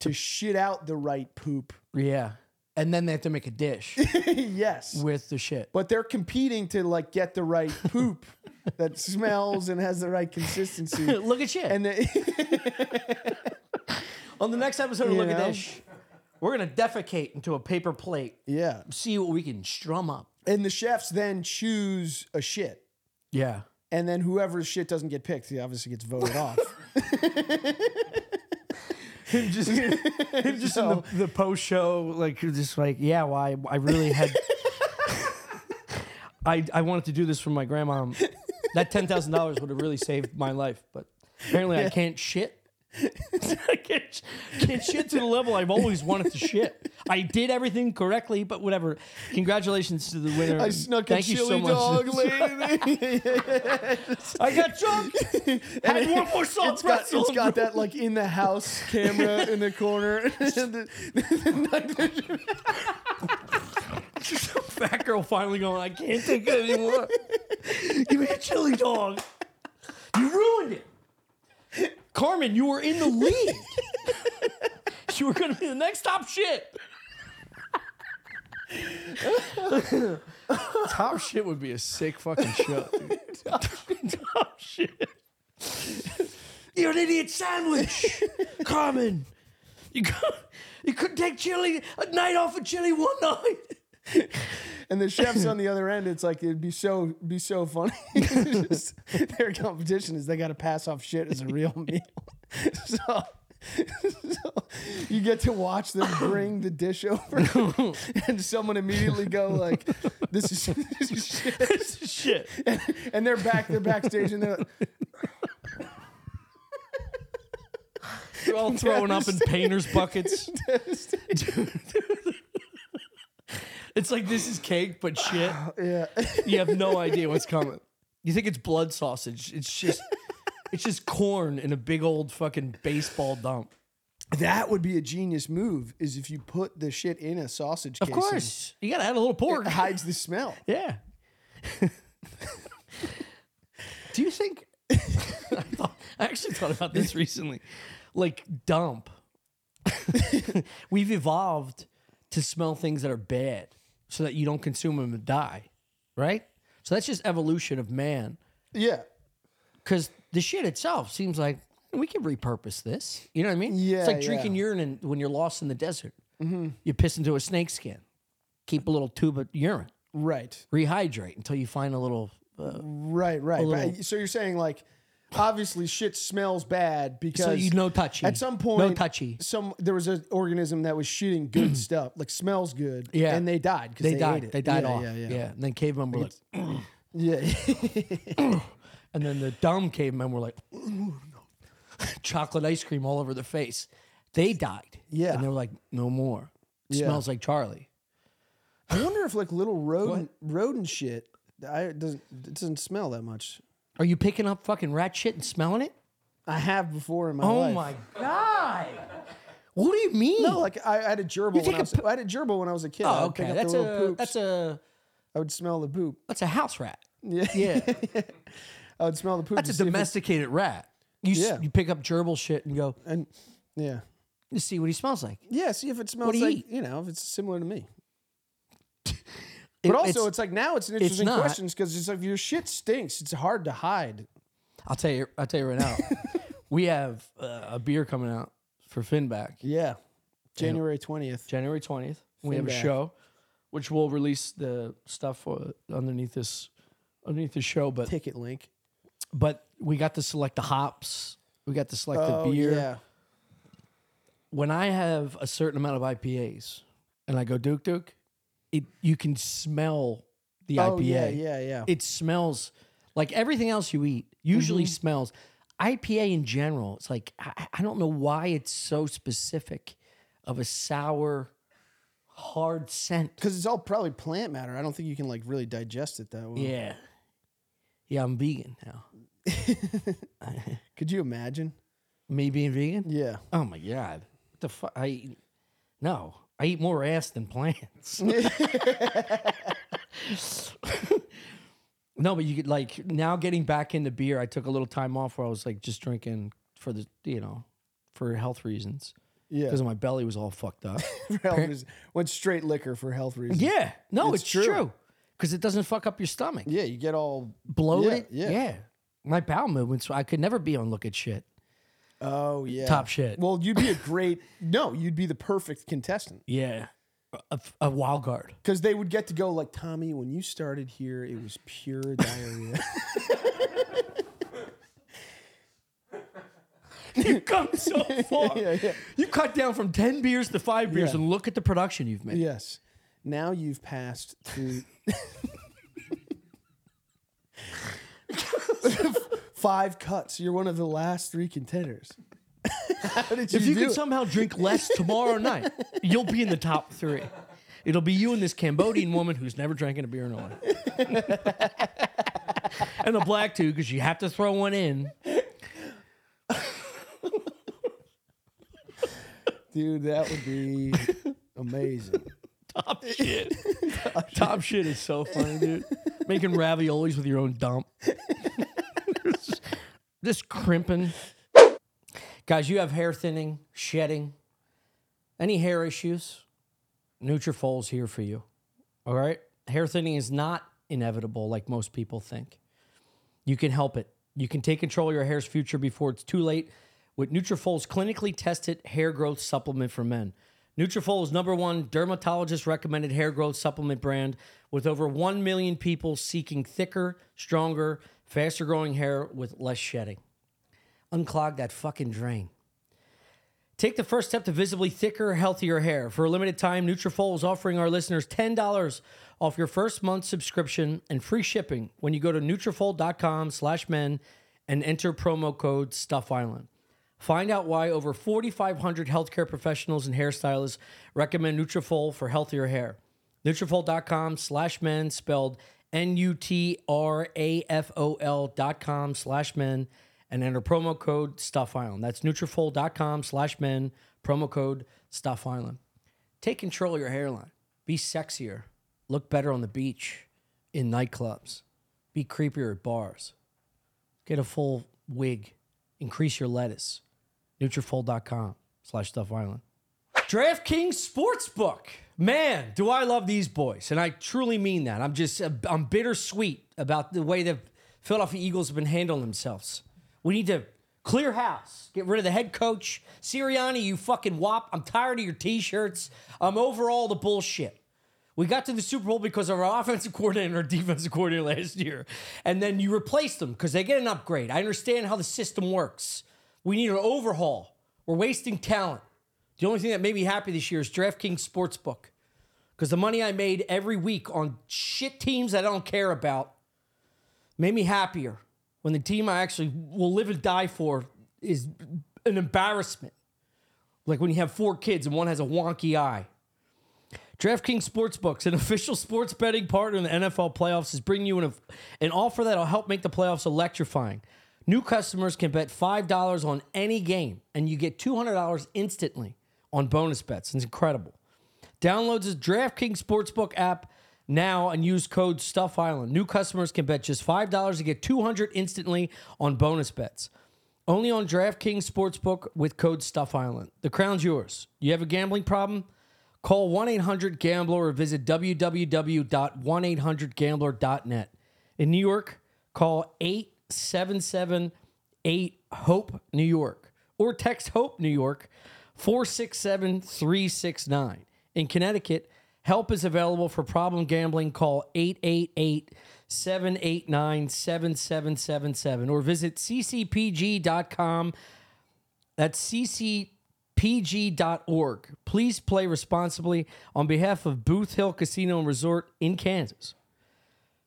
Speaker 1: to shit out the right poop. (laughs)
Speaker 2: Yeah. And then they have to make a dish
Speaker 1: yes,
Speaker 2: with the
Speaker 1: (laughs)
Speaker 2: shit.
Speaker 1: but they're competing to like get the right (laughs) poop that smells and has the right consistency.
Speaker 2: (laughs) Look at shit.
Speaker 1: And they, (laughs)
Speaker 2: On the next episode of
Speaker 1: You
Speaker 2: Look at
Speaker 1: know?
Speaker 2: Dish, we're going to defecate into a paper plate,
Speaker 1: yeah,
Speaker 2: see what we can strum up.
Speaker 1: and the chefs then choose a shit,
Speaker 2: Yeah.
Speaker 1: and then whoever's shit doesn't get picked, he obviously gets
Speaker 2: (laughs)
Speaker 1: voted off.
Speaker 3: Him
Speaker 2: (laughs)
Speaker 3: just, him just in the, the post show, like, just like, yeah, well, I, I really had. I, I wanted to do this for my grandma.
Speaker 2: That $10,000 would have really saved my life, but apparently I can't shit. (laughs) I can't, sh- can't shit to the level I've always wanted to shit. I did everything correctly, but whatever. Congratulations to the winner.
Speaker 1: I snuck
Speaker 2: Thank
Speaker 1: a
Speaker 2: you
Speaker 1: chili
Speaker 2: so much.
Speaker 1: dog
Speaker 2: (laughs)
Speaker 1: lady.
Speaker 2: I got drunk. Had one more
Speaker 1: it's
Speaker 2: salt
Speaker 1: got,
Speaker 2: pretzel.
Speaker 1: it's got that like in the house camera in the
Speaker 2: (laughs)
Speaker 1: corner.
Speaker 2: (laughs) fat girl finally going, I can't take it anymore. (laughs) Give me a chili dog. You ruined it. Carmen, you were in the lead. (laughs) you were going to be the next top shit.
Speaker 3: Top shit would be a sick fucking show.
Speaker 2: (laughs)
Speaker 3: dude.
Speaker 2: top shit. You're an idiot sandwich, Carmen. You, could, you couldn't take chili, a night off of chili one night. (laughs)
Speaker 1: and the chefs on the other end, it's like it'd be so be so funny. (laughs)
Speaker 2: (laughs)
Speaker 1: It's just- their competition is they got to pass off shit as a real meal. (laughs) so, so you get to watch them bring the dish
Speaker 2: (laughs)
Speaker 1: over, and someone immediately go like, "This is, (laughs) this is shit,"
Speaker 2: This is shit.
Speaker 1: and they're back, they're backstage, and they're (laughs) like,
Speaker 2: They're all throwing up in (laughs) painters buckets. Dude. it's like this is cake, but shit.
Speaker 1: "Yeah."
Speaker 2: You have no idea what's coming. You think it's blood sausage. It's just it's just corn in a big old fucking baseball dump.
Speaker 1: That would be a genius move. Is if you put the shit in a sausage.
Speaker 2: Of course, you gotta add a little pork.
Speaker 1: it hides the smell.
Speaker 2: Yeah. Do you think? (laughs) I, thought, I actually thought about this recently. Like dump. (laughs) We've evolved to smell things that are bad, so that you don't consume them and die, right? So that's just evolution of man.
Speaker 1: Yeah,
Speaker 2: Because the shit itself seems like we could repurpose this. You know what I mean?
Speaker 1: Yeah,
Speaker 2: It's like
Speaker 1: yeah. Mm-hmm.
Speaker 2: drinking urine in, when you're lost in the desert. You piss into a snake skin. Keep a little tube of urine
Speaker 1: right,
Speaker 2: rehydrate until you find a little. Uh,
Speaker 1: right, right.
Speaker 2: little-
Speaker 1: But- so you're saying like, obviously shit smells bad because
Speaker 2: so you no touchy.
Speaker 1: At some point,
Speaker 2: no touchy.
Speaker 1: Some there was an organism that was shooting good (clears throat) stuff, like smells good.
Speaker 2: Yeah.
Speaker 1: and they died because
Speaker 2: They,
Speaker 1: they,
Speaker 2: died.
Speaker 1: Ate it.
Speaker 2: They died
Speaker 1: yeah,
Speaker 2: off.
Speaker 1: Yeah, yeah,
Speaker 2: And then cavemen were like,
Speaker 1: yeah. (laughs)
Speaker 2: and then the dumb cavemen were like, (laughs) chocolate ice cream all over their face. They died.
Speaker 1: Yeah.
Speaker 2: And they were like, no more. It
Speaker 1: Yeah.
Speaker 2: Smells like Charlie.
Speaker 1: I wonder if like little rodent rodent shit. I it doesn't it doesn't smell that much.
Speaker 2: Are you picking up fucking rat shit and smelling it?
Speaker 1: I have before in my
Speaker 2: Oh
Speaker 1: life.
Speaker 2: my god! What do you mean?
Speaker 1: No, like I, I had a gerbil. When
Speaker 2: take
Speaker 1: I,
Speaker 2: a
Speaker 1: was,
Speaker 2: poop-
Speaker 1: I had a gerbil when I was a kid. I
Speaker 2: oh,
Speaker 1: would Uh, pick
Speaker 2: okay.
Speaker 1: up
Speaker 2: That's
Speaker 1: the
Speaker 2: a
Speaker 1: little poops.
Speaker 2: that's a
Speaker 1: I would smell the poop. (laughs)
Speaker 2: that's a house rat.
Speaker 1: Yeah,
Speaker 2: Yeah,
Speaker 1: I would smell the poop.
Speaker 2: that's
Speaker 1: to
Speaker 2: a
Speaker 1: see if it-
Speaker 2: domesticated rat. You s-
Speaker 1: Yeah.
Speaker 2: you pick up gerbil shit and go
Speaker 1: And yeah,
Speaker 2: you see what he smells like.
Speaker 1: yeah. See if it smells
Speaker 2: do you
Speaker 1: like
Speaker 2: eat?
Speaker 1: you know if it's similar to
Speaker 2: (laughs)
Speaker 1: me.
Speaker 2: It-
Speaker 1: But also, it's, like now it's an interesting
Speaker 2: not.
Speaker 1: question because it's like your shit stinks. It's hard to hide.
Speaker 2: I'll tell you I'll tell you
Speaker 1: (laughs)
Speaker 2: right now. we have uh, a beer coming out for Finback
Speaker 1: Yeah, January twentieth.
Speaker 2: January twentieth. We have a
Speaker 1: Finback.
Speaker 3: show, which we'll release the stuff for underneath this underneath the show. But
Speaker 1: Ticket link.
Speaker 2: but we got to select the hops. We got to select the
Speaker 1: Oh
Speaker 2: beer.
Speaker 1: yeah,
Speaker 2: when I have a certain amount of IPAs and I go Duke Duke, it you can smell the
Speaker 1: oh
Speaker 2: IPA.
Speaker 1: yeah, yeah, yeah.
Speaker 2: It smells like everything else you eat usually
Speaker 1: Mm-hmm.
Speaker 2: smells. IPA in general, it's like I, I don't know why it's so specific of a sour, hard scent.
Speaker 1: Because it's all probably plant matter. I don't think you can like really digest it that way.
Speaker 2: Yeah, yeah, I'm vegan now.
Speaker 1: Could you imagine?
Speaker 2: Me being vegan?
Speaker 1: Yeah.
Speaker 2: Oh my god! What the fuck? I eat- no. I eat more ass
Speaker 1: (laughs)
Speaker 2: than plants. no, but you could like now getting back into beer. I took a little time off where I was like just drinking for the you know for health reasons
Speaker 1: Yeah.
Speaker 2: because my belly was all fucked
Speaker 1: (laughs)
Speaker 2: up.
Speaker 1: For health reasons. Went straight liquor for health reasons.
Speaker 2: yeah, no,
Speaker 1: It's
Speaker 2: it's,
Speaker 1: true.
Speaker 2: true because it doesn't fuck up your stomach.
Speaker 1: Yeah, you get all.
Speaker 2: Bloated.
Speaker 1: yeah.
Speaker 2: My bowel movements. I could never be on look at shit.
Speaker 1: Oh yeah.
Speaker 2: Top shit.
Speaker 1: Well, you'd be a great. no, you'd be the perfect contestant
Speaker 2: Yeah. A, a wild guard.
Speaker 1: because they would get to go like Tommy. When you started here, it was pure (laughs) diarrhea.
Speaker 2: You've come so far.
Speaker 1: (laughs) yeah, yeah.
Speaker 2: You cut down from 10 beers to five beers
Speaker 1: Yeah.
Speaker 2: and look at the production you've made.
Speaker 1: Yes. Now you've passed to (laughs) five cuts. You're one of the last three contenders. (laughs) How did you,
Speaker 2: If you
Speaker 1: do
Speaker 2: can
Speaker 1: it?
Speaker 2: somehow drink
Speaker 1: (laughs)
Speaker 2: less tomorrow night, you'll be in the top three. It'll be you and this Cambodian woman who's never drank a beer in her life. (laughs) and a black too, because you have to throw one in.
Speaker 1: Dude, that would be amazing.
Speaker 2: Top shit. top shit is so funny, dude. Making raviolis with your own dump. (laughs) Just crimping. Guys, you have hair thinning, shedding, any hair issues, Nutrafol's here for you. All right? Hair thinning is not inevitable like most people think. You can help it. You can take control of your hair's future before it's too late with Nutrafol's clinically tested hair growth supplement for men. Nutrafol is number one dermatologist recommended hair growth supplement brand with over 1 million people seeking thicker, stronger, faster growing hair with less shedding. Unclog that fucking drain. Take the first step to visibly thicker, healthier hair. For a limited time, Nutrafol is offering our listeners $10 off your first month subscription and free shipping when you go to Nutrafol.com slash men and enter promo code Stuff Island. Find out why over 4,500 healthcare professionals and hairstylists recommend Nutrafol for healthier hair. Nutrafol.com slash men spelled N-U-T-R-A-F-O-L dot com slash men and enter promo code Stuff Island. That's Nutrafol.com slash men, Promo code Stuff Island. Take control of your hairline. Be sexier. Look better on the beach, in nightclubs. Be creepier at bars. Get a full wig. Increase your lettuce. Nutrafol.com slash Stuff Island. DraftKings Sportsbook. Man, do I love these boys. And I truly mean that. I'm just, I'm bittersweet about the way the Philadelphia Eagles have been handling themselves. We need to clear house, get rid of the head coach. Sirianni, you fucking wop. I'm tired of your t shirts. I'm over all the bullshit. We got to the Super Bowl because of our offensive coordinator and our defensive coordinator last year. And then you replace them because they get an upgrade. I understand how the system works. We need an overhaul. We're wasting talent. The only thing that made me happy this year is DraftKings Sportsbook. Because the money I made every week on shit teams that I don't care about made me happier when the team I actually will live and die for is an embarrassment. Like when you have four kids and one has a wonky eye. DraftKings Sportsbooks, an official sports betting partner in the NFL playoffs, is bringing you an, an offer that'll help make the playoffs electrifying. New customers can bet $5 on any game, and you get $200 instantly on bonus bets. It's incredible. Download the DraftKings Sportsbook app now and use code Stuff Island. New customers can bet just $5 to get 200 instantly on bonus bets. Only on DraftKings Sportsbook with code Stuff Island. The crown's yours. You have a gambling problem? Call 1 800 Gambler or visit www.1800Gambler.net. In New York, call 8778 HOPE New York or text HOPE New York 467 369. In Connecticut, help is available for problem gambling. Call 888 789 7777 or visit ccpg.com. That's ccpg.com pg.org. Please play responsibly on behalf of Booth Hill Casino and Resort in Kansas.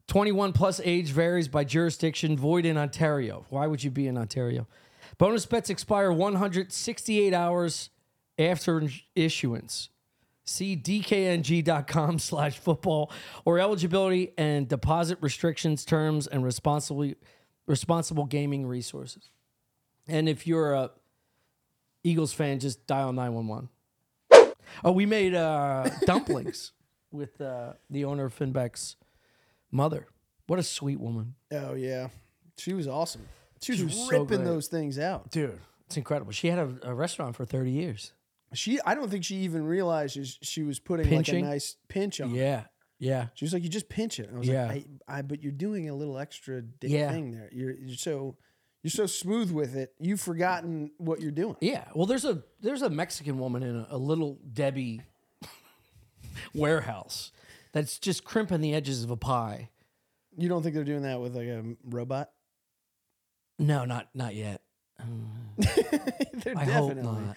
Speaker 2: 21 plus age varies by jurisdiction, void in Ontario. Why would you be in Ontario? Bonus bets expire 168 hours after issuance. See dkng.com (laughs) slash football or eligibility and deposit restrictions, terms, and responsibly responsible gaming resources. And if you're a Eagles fan, just dial 911. Oh, we made uh, dumplings with uh, the owner of Finback's mother. What a sweet woman.
Speaker 1: Oh yeah, she was awesome. She was,
Speaker 2: She was so
Speaker 1: ripping
Speaker 2: great.
Speaker 1: those things out.
Speaker 2: Dude. It's incredible. She had a, a restaurant for 30 years.
Speaker 1: She, I don't think she even realized she- she was putting
Speaker 2: Pinching?
Speaker 1: like a nice pinch on. it.
Speaker 2: Yeah. Yeah.
Speaker 1: She was like, "You just pinch it." And I was
Speaker 2: Yeah.
Speaker 1: like, I, "I, but you're doing a little extra d-
Speaker 2: Yeah.
Speaker 1: thing there. You're, you're so, you're so smooth with it. You've forgotten what you're doing."
Speaker 2: Yeah. Well, there's a there's a Mexican woman in a, a little Debbie (laughs) warehouse that's just crimping the edges of a pie.
Speaker 1: You don't think they're doing that with like a robot? (laughs)
Speaker 2: No, not not yet.
Speaker 1: they're
Speaker 2: I hope
Speaker 1: definitely.
Speaker 2: not.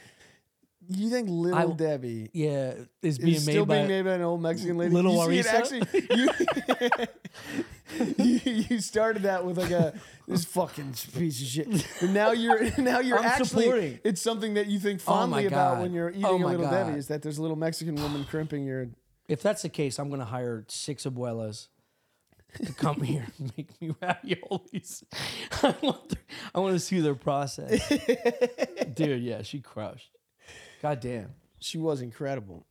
Speaker 1: You think little
Speaker 2: I-
Speaker 1: Debbie
Speaker 2: Yeah,
Speaker 1: is
Speaker 2: is being made
Speaker 1: still
Speaker 2: by
Speaker 1: being made by an old Mexican lady?
Speaker 2: Little
Speaker 1: you
Speaker 2: Arisa?
Speaker 1: it actually. You, (laughs) you, you started that with like a this fucking piece of shit. And now you're (laughs) now you're
Speaker 2: I'm
Speaker 1: actually
Speaker 2: supporting. Oh
Speaker 1: it's something that you think fondly
Speaker 2: my
Speaker 1: about
Speaker 2: God.
Speaker 1: when you're eating
Speaker 2: Oh
Speaker 1: a
Speaker 2: my
Speaker 1: little
Speaker 2: God.
Speaker 1: Debbie is that there's a little Mexican woman crimping your.
Speaker 2: If that's the case, I'm going to hire six abuelas to come here and make me raviolis. (laughs) I want, their- I want to see
Speaker 1: (laughs)
Speaker 2: their process. Dude, yeah, she crushed. God damn.
Speaker 1: She was incredible.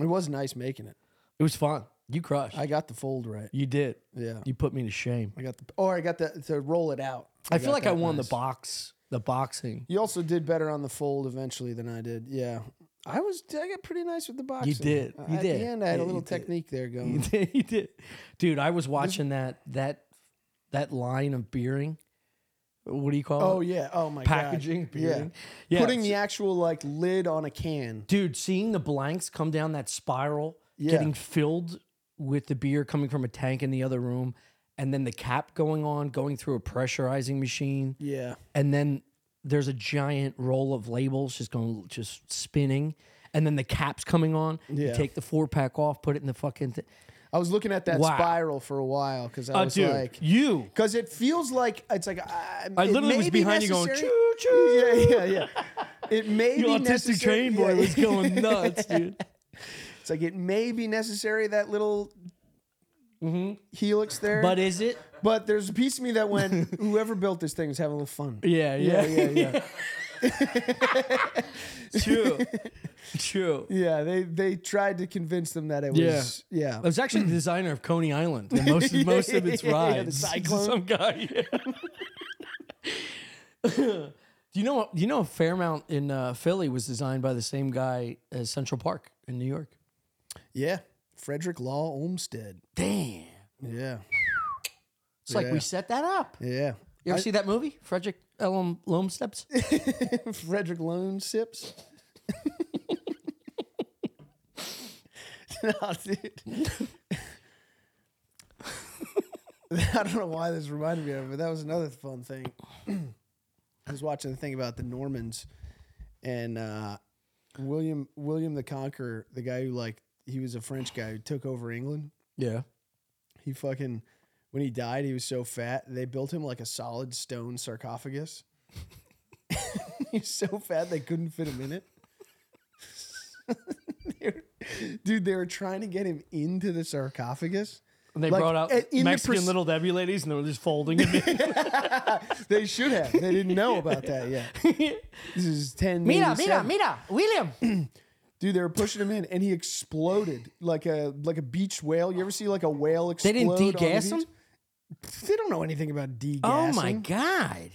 Speaker 1: it was nice making it.
Speaker 2: It was fun. You crushed.
Speaker 1: I got the fold right.
Speaker 2: you did.
Speaker 1: Yeah,
Speaker 2: You put me to shame.
Speaker 1: I got the or I got the to roll it out.
Speaker 2: I, feel
Speaker 1: got
Speaker 2: like I
Speaker 1: that
Speaker 2: won
Speaker 1: nice.
Speaker 2: the box,
Speaker 1: (laughs)
Speaker 2: the boxing. (laughs)
Speaker 1: You also did better on the fold eventually than I did. Yeah. I was I got pretty nice with the boxing. Uh,
Speaker 2: did. You
Speaker 1: At
Speaker 2: did.
Speaker 1: the end, I had
Speaker 2: Yeah,
Speaker 1: a
Speaker 2: you
Speaker 1: little
Speaker 2: did.
Speaker 1: technique there
Speaker 2: You
Speaker 1: going.
Speaker 2: did. you did. Dude, I was watching that that that line of beering. What do you call
Speaker 1: Oh
Speaker 2: it?
Speaker 1: yeah. Oh my
Speaker 2: Packaging,
Speaker 1: God.
Speaker 2: bearding.
Speaker 1: Yeah.
Speaker 2: Yeah,
Speaker 1: Putting
Speaker 2: it's-
Speaker 1: the actual like lid on a can.
Speaker 2: dude, seeing the blanks come down that spiral,
Speaker 1: Yeah.
Speaker 2: getting filled with the beer coming from a tank in the other room, and then the cap going on, going through a pressurizing machine,
Speaker 1: Yeah.
Speaker 2: and then there's a giant roll of labels just going, just spinning, and then the cap's coming on. You
Speaker 1: Yeah.
Speaker 2: take the four pack off, put it in the fucking. Th-
Speaker 1: I was looking at that
Speaker 2: Wow. Oh,
Speaker 1: spiral for a while because I was like,
Speaker 2: you.
Speaker 1: because it feels like it's like I,
Speaker 2: I literally was behind you going, choo choo.
Speaker 1: you going. Yeah, yeah, yeah. It
Speaker 2: (laughs)
Speaker 1: may
Speaker 2: Your
Speaker 1: be
Speaker 2: autistic
Speaker 1: necessary-
Speaker 2: train
Speaker 1: yeah,
Speaker 2: boy
Speaker 1: yeah.
Speaker 2: was going nuts, dude.
Speaker 1: (laughs) It's like it may be necessary that little helix there,
Speaker 2: Mm-hmm. But is it? (laughs)
Speaker 1: But there's a piece of me that went, whoever built this thing is having a little fun.
Speaker 2: Yeah, (laughs)
Speaker 1: yeah, yeah.
Speaker 4: True.
Speaker 1: (laughs)
Speaker 4: True.
Speaker 1: Yeah, they they tried to convince them that it
Speaker 2: Yeah.
Speaker 1: was yeah.
Speaker 2: I was actually the designer of Coney Island and most of, most of
Speaker 1: (laughs)
Speaker 2: its
Speaker 1: Yeah, yeah, the
Speaker 2: rides. (laughs)
Speaker 1: cyclone.
Speaker 2: Some guy. yeah. (laughs) Do you know? You know, Fairmount in uh, Philly was designed by the same guy as Central Park in New York.
Speaker 1: Yeah. Frederick Law Olmsted.
Speaker 4: Damn.
Speaker 1: Yeah.
Speaker 4: It's like we
Speaker 1: Yeah.
Speaker 4: set that up.
Speaker 1: Yeah.
Speaker 4: You ever see that movie, Frederick Elm Loam
Speaker 1: (laughs)
Speaker 4: Steps?
Speaker 1: Frederick Loan Sips. (laughs) no, dude. (laughs) I don't know why this reminded me of, it, but that was another fun thing. (clears throat) I was watching the thing about the Normans and uh, William William the Conqueror, the guy who like he was a French guy who took over England. (laughs)
Speaker 2: Yeah.
Speaker 1: He fucking when he died, he was so fat they built him like a solid stone sarcophagus. (laughs) He's so fat they couldn't fit him in it. (laughs) They were- Dude, they were trying to get him into the sarcophagus.
Speaker 2: And they
Speaker 1: Like, eh,
Speaker 2: brought out
Speaker 1: in the
Speaker 2: Mexican
Speaker 1: pers-
Speaker 2: little Debbie ladies, and they were just folding.
Speaker 1: (laughs)
Speaker 2: it.
Speaker 1: They should have. They didn't know about
Speaker 4: (laughs)
Speaker 1: that yet. This is ten.
Speaker 2: (laughs)
Speaker 4: Mira, mira, mira, William.
Speaker 1: Dude, they were pushing him in, and he exploded like a like a beach whale. You ever see like a whale
Speaker 4: They
Speaker 1: explode?
Speaker 4: didn't
Speaker 1: on the
Speaker 4: degas him?
Speaker 1: beach? They don't know anything about degassing.
Speaker 4: Oh my
Speaker 1: (laughs)
Speaker 4: god!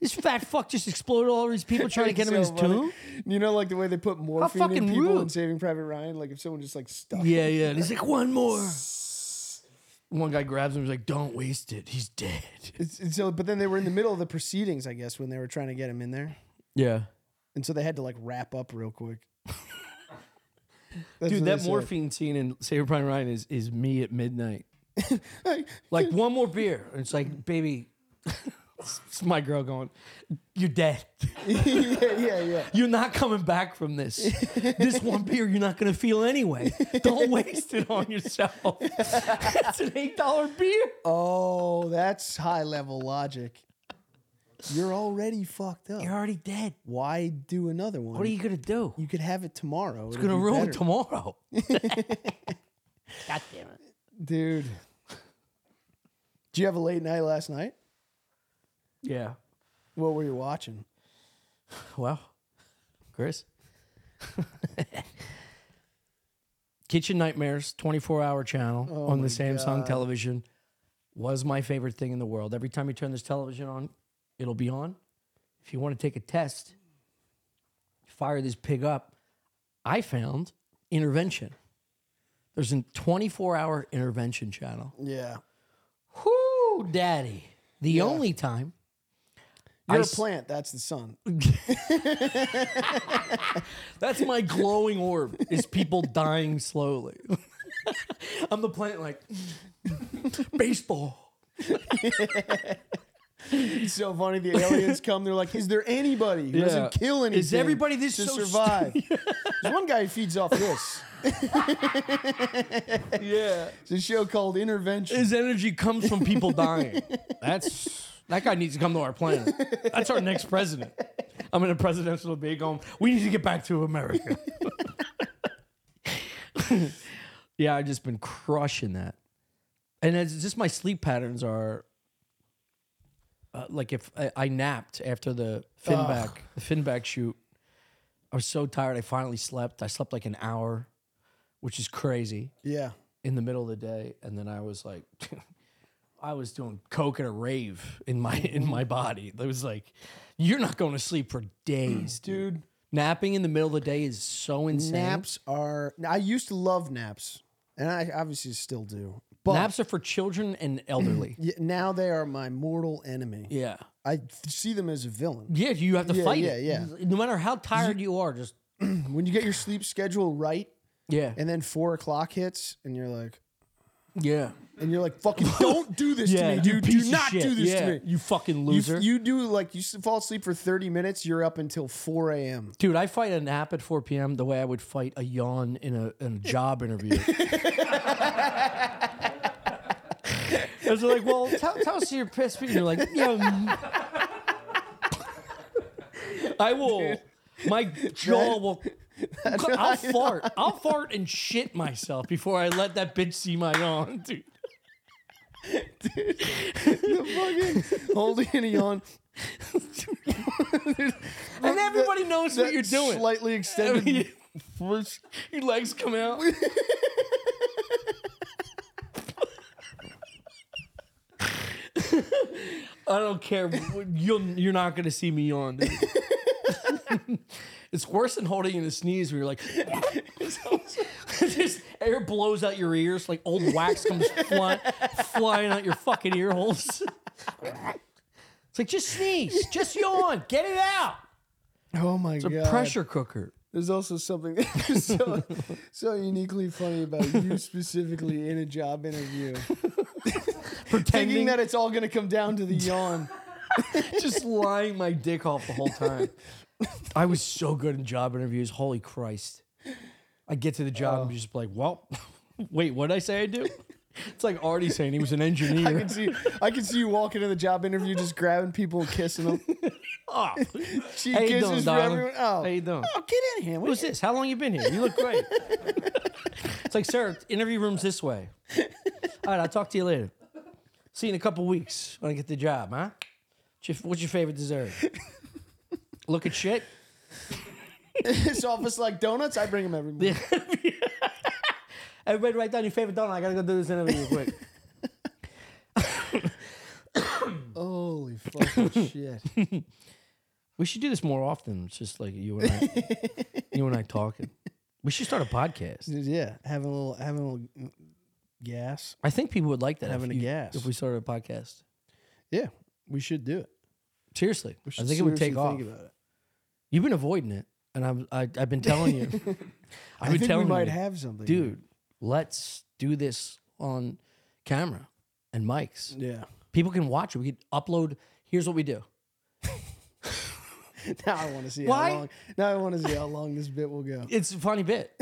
Speaker 4: this fat fuck just exploded all these people trying to get him in his
Speaker 1: (laughs) So funny.
Speaker 4: tomb.
Speaker 1: You know, like the way they put morphine
Speaker 4: fucking
Speaker 1: in people in
Speaker 4: rude.
Speaker 1: Saving Private Ryan. Like if someone just like stuck.
Speaker 2: yeah, yeah. And he's like, one more. One guy grabs him. He's like, "Don't waste it. He's dead."
Speaker 1: It's, it's so, but then they were in the middle of the proceedings, I guess, when they were trying to get him in there,
Speaker 2: Yeah.
Speaker 1: and so they had to like wrap up real quick. That's what
Speaker 2: Dude,
Speaker 1: they
Speaker 2: that
Speaker 1: said.
Speaker 2: morphine scene in Saver Prime Ryan is is me at midnight. like one more beer, and it's like, baby, (laughs) it's my girl going, you're dead.
Speaker 1: (laughs) yeah, yeah, yeah.
Speaker 2: You're not coming back from this. This (laughs) one beer, you're not gonna feel anyway. Don't waste it on yourself. (laughs) it's an eight dollar beer.
Speaker 1: Oh, that's high level logic. You're already fucked up.
Speaker 4: You're already dead.
Speaker 1: Why do another one?
Speaker 4: What are you gonna do?
Speaker 1: You could have it tomorrow. It's
Speaker 4: You're gonna ruin tomorrow. god damn it!
Speaker 1: dude. (laughs) Do you have a late night last night?
Speaker 2: Yeah.
Speaker 1: What were you watching?
Speaker 2: Wow. Chris. (laughs) Kitchen Nightmares 24 hour channel on the Samsung television was my favorite thing in the world. Every time you turn this television on, it'll be on. If you want to take a test, fire this pig up. I found intervention. There's a 24 hour intervention channel.
Speaker 1: Yeah.
Speaker 4: Whoo, daddy! The only time
Speaker 1: You're a
Speaker 2: s-
Speaker 1: plant. That's the sun.
Speaker 2: That's my glowing orb is people dying slowly. (laughs) I'm the planet like (laughs) baseball.
Speaker 1: (laughs) It's so funny. The aliens come. They're like, "Is there anybody who
Speaker 2: Yeah.
Speaker 1: doesn't kill anything?
Speaker 2: Is everybody this
Speaker 1: to
Speaker 2: so stu-
Speaker 1: survive?" There's one guy who feeds off this. (laughs)
Speaker 2: Yeah.
Speaker 1: It's a show called Intervention.
Speaker 2: His energy comes from people dying. That's that guy needs to come to our planet. That's our next president. I'm in a presidential debate going, we need to get back to America. (laughs) yeah, I've just been crushing that. And it's just my sleep patterns are uh, like if I, I napped after the Finback, the Finback shoot, I was so tired. I finally slept. I slept like an hour, which is crazy
Speaker 1: yeah.
Speaker 2: in the middle of the day, and then I was like, (laughs) I was doing coke at a rave in my in my body. It was like, you're not going to sleep for days, dude.
Speaker 1: (clears throat) Dude,
Speaker 2: Napping in the middle of the day is so insane.
Speaker 1: naps are. now, I used to love naps, and I obviously still do. But
Speaker 2: Naps are for children and
Speaker 1: (clears throat)
Speaker 2: elderly.
Speaker 1: y- now they are my mortal enemy.
Speaker 2: yeah,
Speaker 1: I see them as a villain.
Speaker 2: yeah. You have to fight
Speaker 1: yeah,
Speaker 2: it.
Speaker 1: yeah.
Speaker 4: No matter how tired you are, just
Speaker 1: When you get your sleep schedule right,
Speaker 2: Yeah,
Speaker 1: and then four o'clock hits, and you're like,
Speaker 2: yeah,
Speaker 1: and you're like, "Fucking don't do
Speaker 2: (laughs)
Speaker 1: this
Speaker 2: yeah.
Speaker 1: to me,
Speaker 2: you
Speaker 1: dude.
Speaker 2: piece
Speaker 1: Do
Speaker 2: of
Speaker 1: not
Speaker 2: shit.
Speaker 1: do this to
Speaker 2: Yeah,
Speaker 1: me."
Speaker 2: You fucking
Speaker 1: You,
Speaker 2: loser.
Speaker 1: you do like you s- fall asleep for 30 minutes, you're up until 4
Speaker 2: (laughs)
Speaker 1: a.m.
Speaker 2: Dude, I fight a nap at 4 p.m. the way I would fight a yawn in a, in a job interview. I was like, well, tell, tell us you're pissed. And you're like, yeah. mm." I will. My jaw will. I'll fart. I'll fart and shit myself before I let that bitch see my yawn, dude.
Speaker 1: the fucking holding a
Speaker 2: (laughs)
Speaker 1: yawn.
Speaker 2: and everybody knows what
Speaker 1: That
Speaker 2: you're doing. (laughs)
Speaker 1: Slightly extended. (laughs)
Speaker 2: First, your legs come out. I don't care. You'll, you're not going to see me yawn. dude. it's worse than holding in a sneeze where you're like, (laughs) just air blows out your ears, like old wax comes flying, flying out your fucking ear holes. it's like, just sneeze, just yawn, get it out.
Speaker 1: oh my
Speaker 2: The
Speaker 1: god!
Speaker 2: pressure cooker.
Speaker 1: There's also something (laughs) that is so, so uniquely funny about
Speaker 2: (laughs)
Speaker 1: you specifically in a job interview, thinking
Speaker 2: Pretending
Speaker 1: that it's all going to come down to the yawn.
Speaker 2: just lying my dick off the whole time. I was so good in job interviews. Holy Christ. I get to the job and just like, well, (laughs) wait, what did I say I do? It's like Artie saying he was an
Speaker 1: I
Speaker 2: engineer.
Speaker 1: can see, I can see you walking to the job interview, just grabbing people, and kissing them.
Speaker 2: (laughs) Oh,
Speaker 1: She
Speaker 2: how you
Speaker 1: kisses
Speaker 2: doing,
Speaker 1: for
Speaker 2: darling?
Speaker 1: everyone. Oh,
Speaker 2: How you doing?
Speaker 1: oh, get in here! What
Speaker 2: Who's this? How long you been here? You look great. it's like, sir, interview room's this way. All right, I'll talk to you later. See you in a couple weeks when I get the job, huh? What's your- What's your favorite dessert? Look at shit.
Speaker 1: is this office like donuts? I bring them every morning.
Speaker 2: Everybody write down your favorite donut. I gotta go do this interview quick.
Speaker 1: Holy fucking shit!
Speaker 2: We should do this more often. It's just like you and I,
Speaker 1: (laughs)
Speaker 2: you and I talking. We should start a
Speaker 1: (laughs)
Speaker 2: podcast.
Speaker 1: Dude, yeah, having a little, having a little mm, gas.
Speaker 2: I think people would like that. if
Speaker 1: Having a
Speaker 2: you-
Speaker 1: gas.
Speaker 2: If we started a podcast,
Speaker 1: Yeah, we should do it.
Speaker 2: seriously,
Speaker 1: We
Speaker 2: I
Speaker 1: should
Speaker 2: think it would
Speaker 1: seriously
Speaker 2: take off.
Speaker 1: Think about it.
Speaker 2: You've been avoiding it, and I'm, I, I've been
Speaker 1: (laughs)
Speaker 2: telling you.
Speaker 1: I
Speaker 2: I've been
Speaker 1: think we
Speaker 2: telling
Speaker 1: might
Speaker 2: you,
Speaker 1: have something,
Speaker 2: dude. Let's do this on camera and mics.
Speaker 1: Yeah. (laughs)
Speaker 2: People can watch it. We could upload. Here's what we do.
Speaker 1: Now I want to see
Speaker 2: Why?
Speaker 1: how long. Now I want to see how long this bit will go.
Speaker 2: It's a
Speaker 1: (laughs)
Speaker 2: funny bit.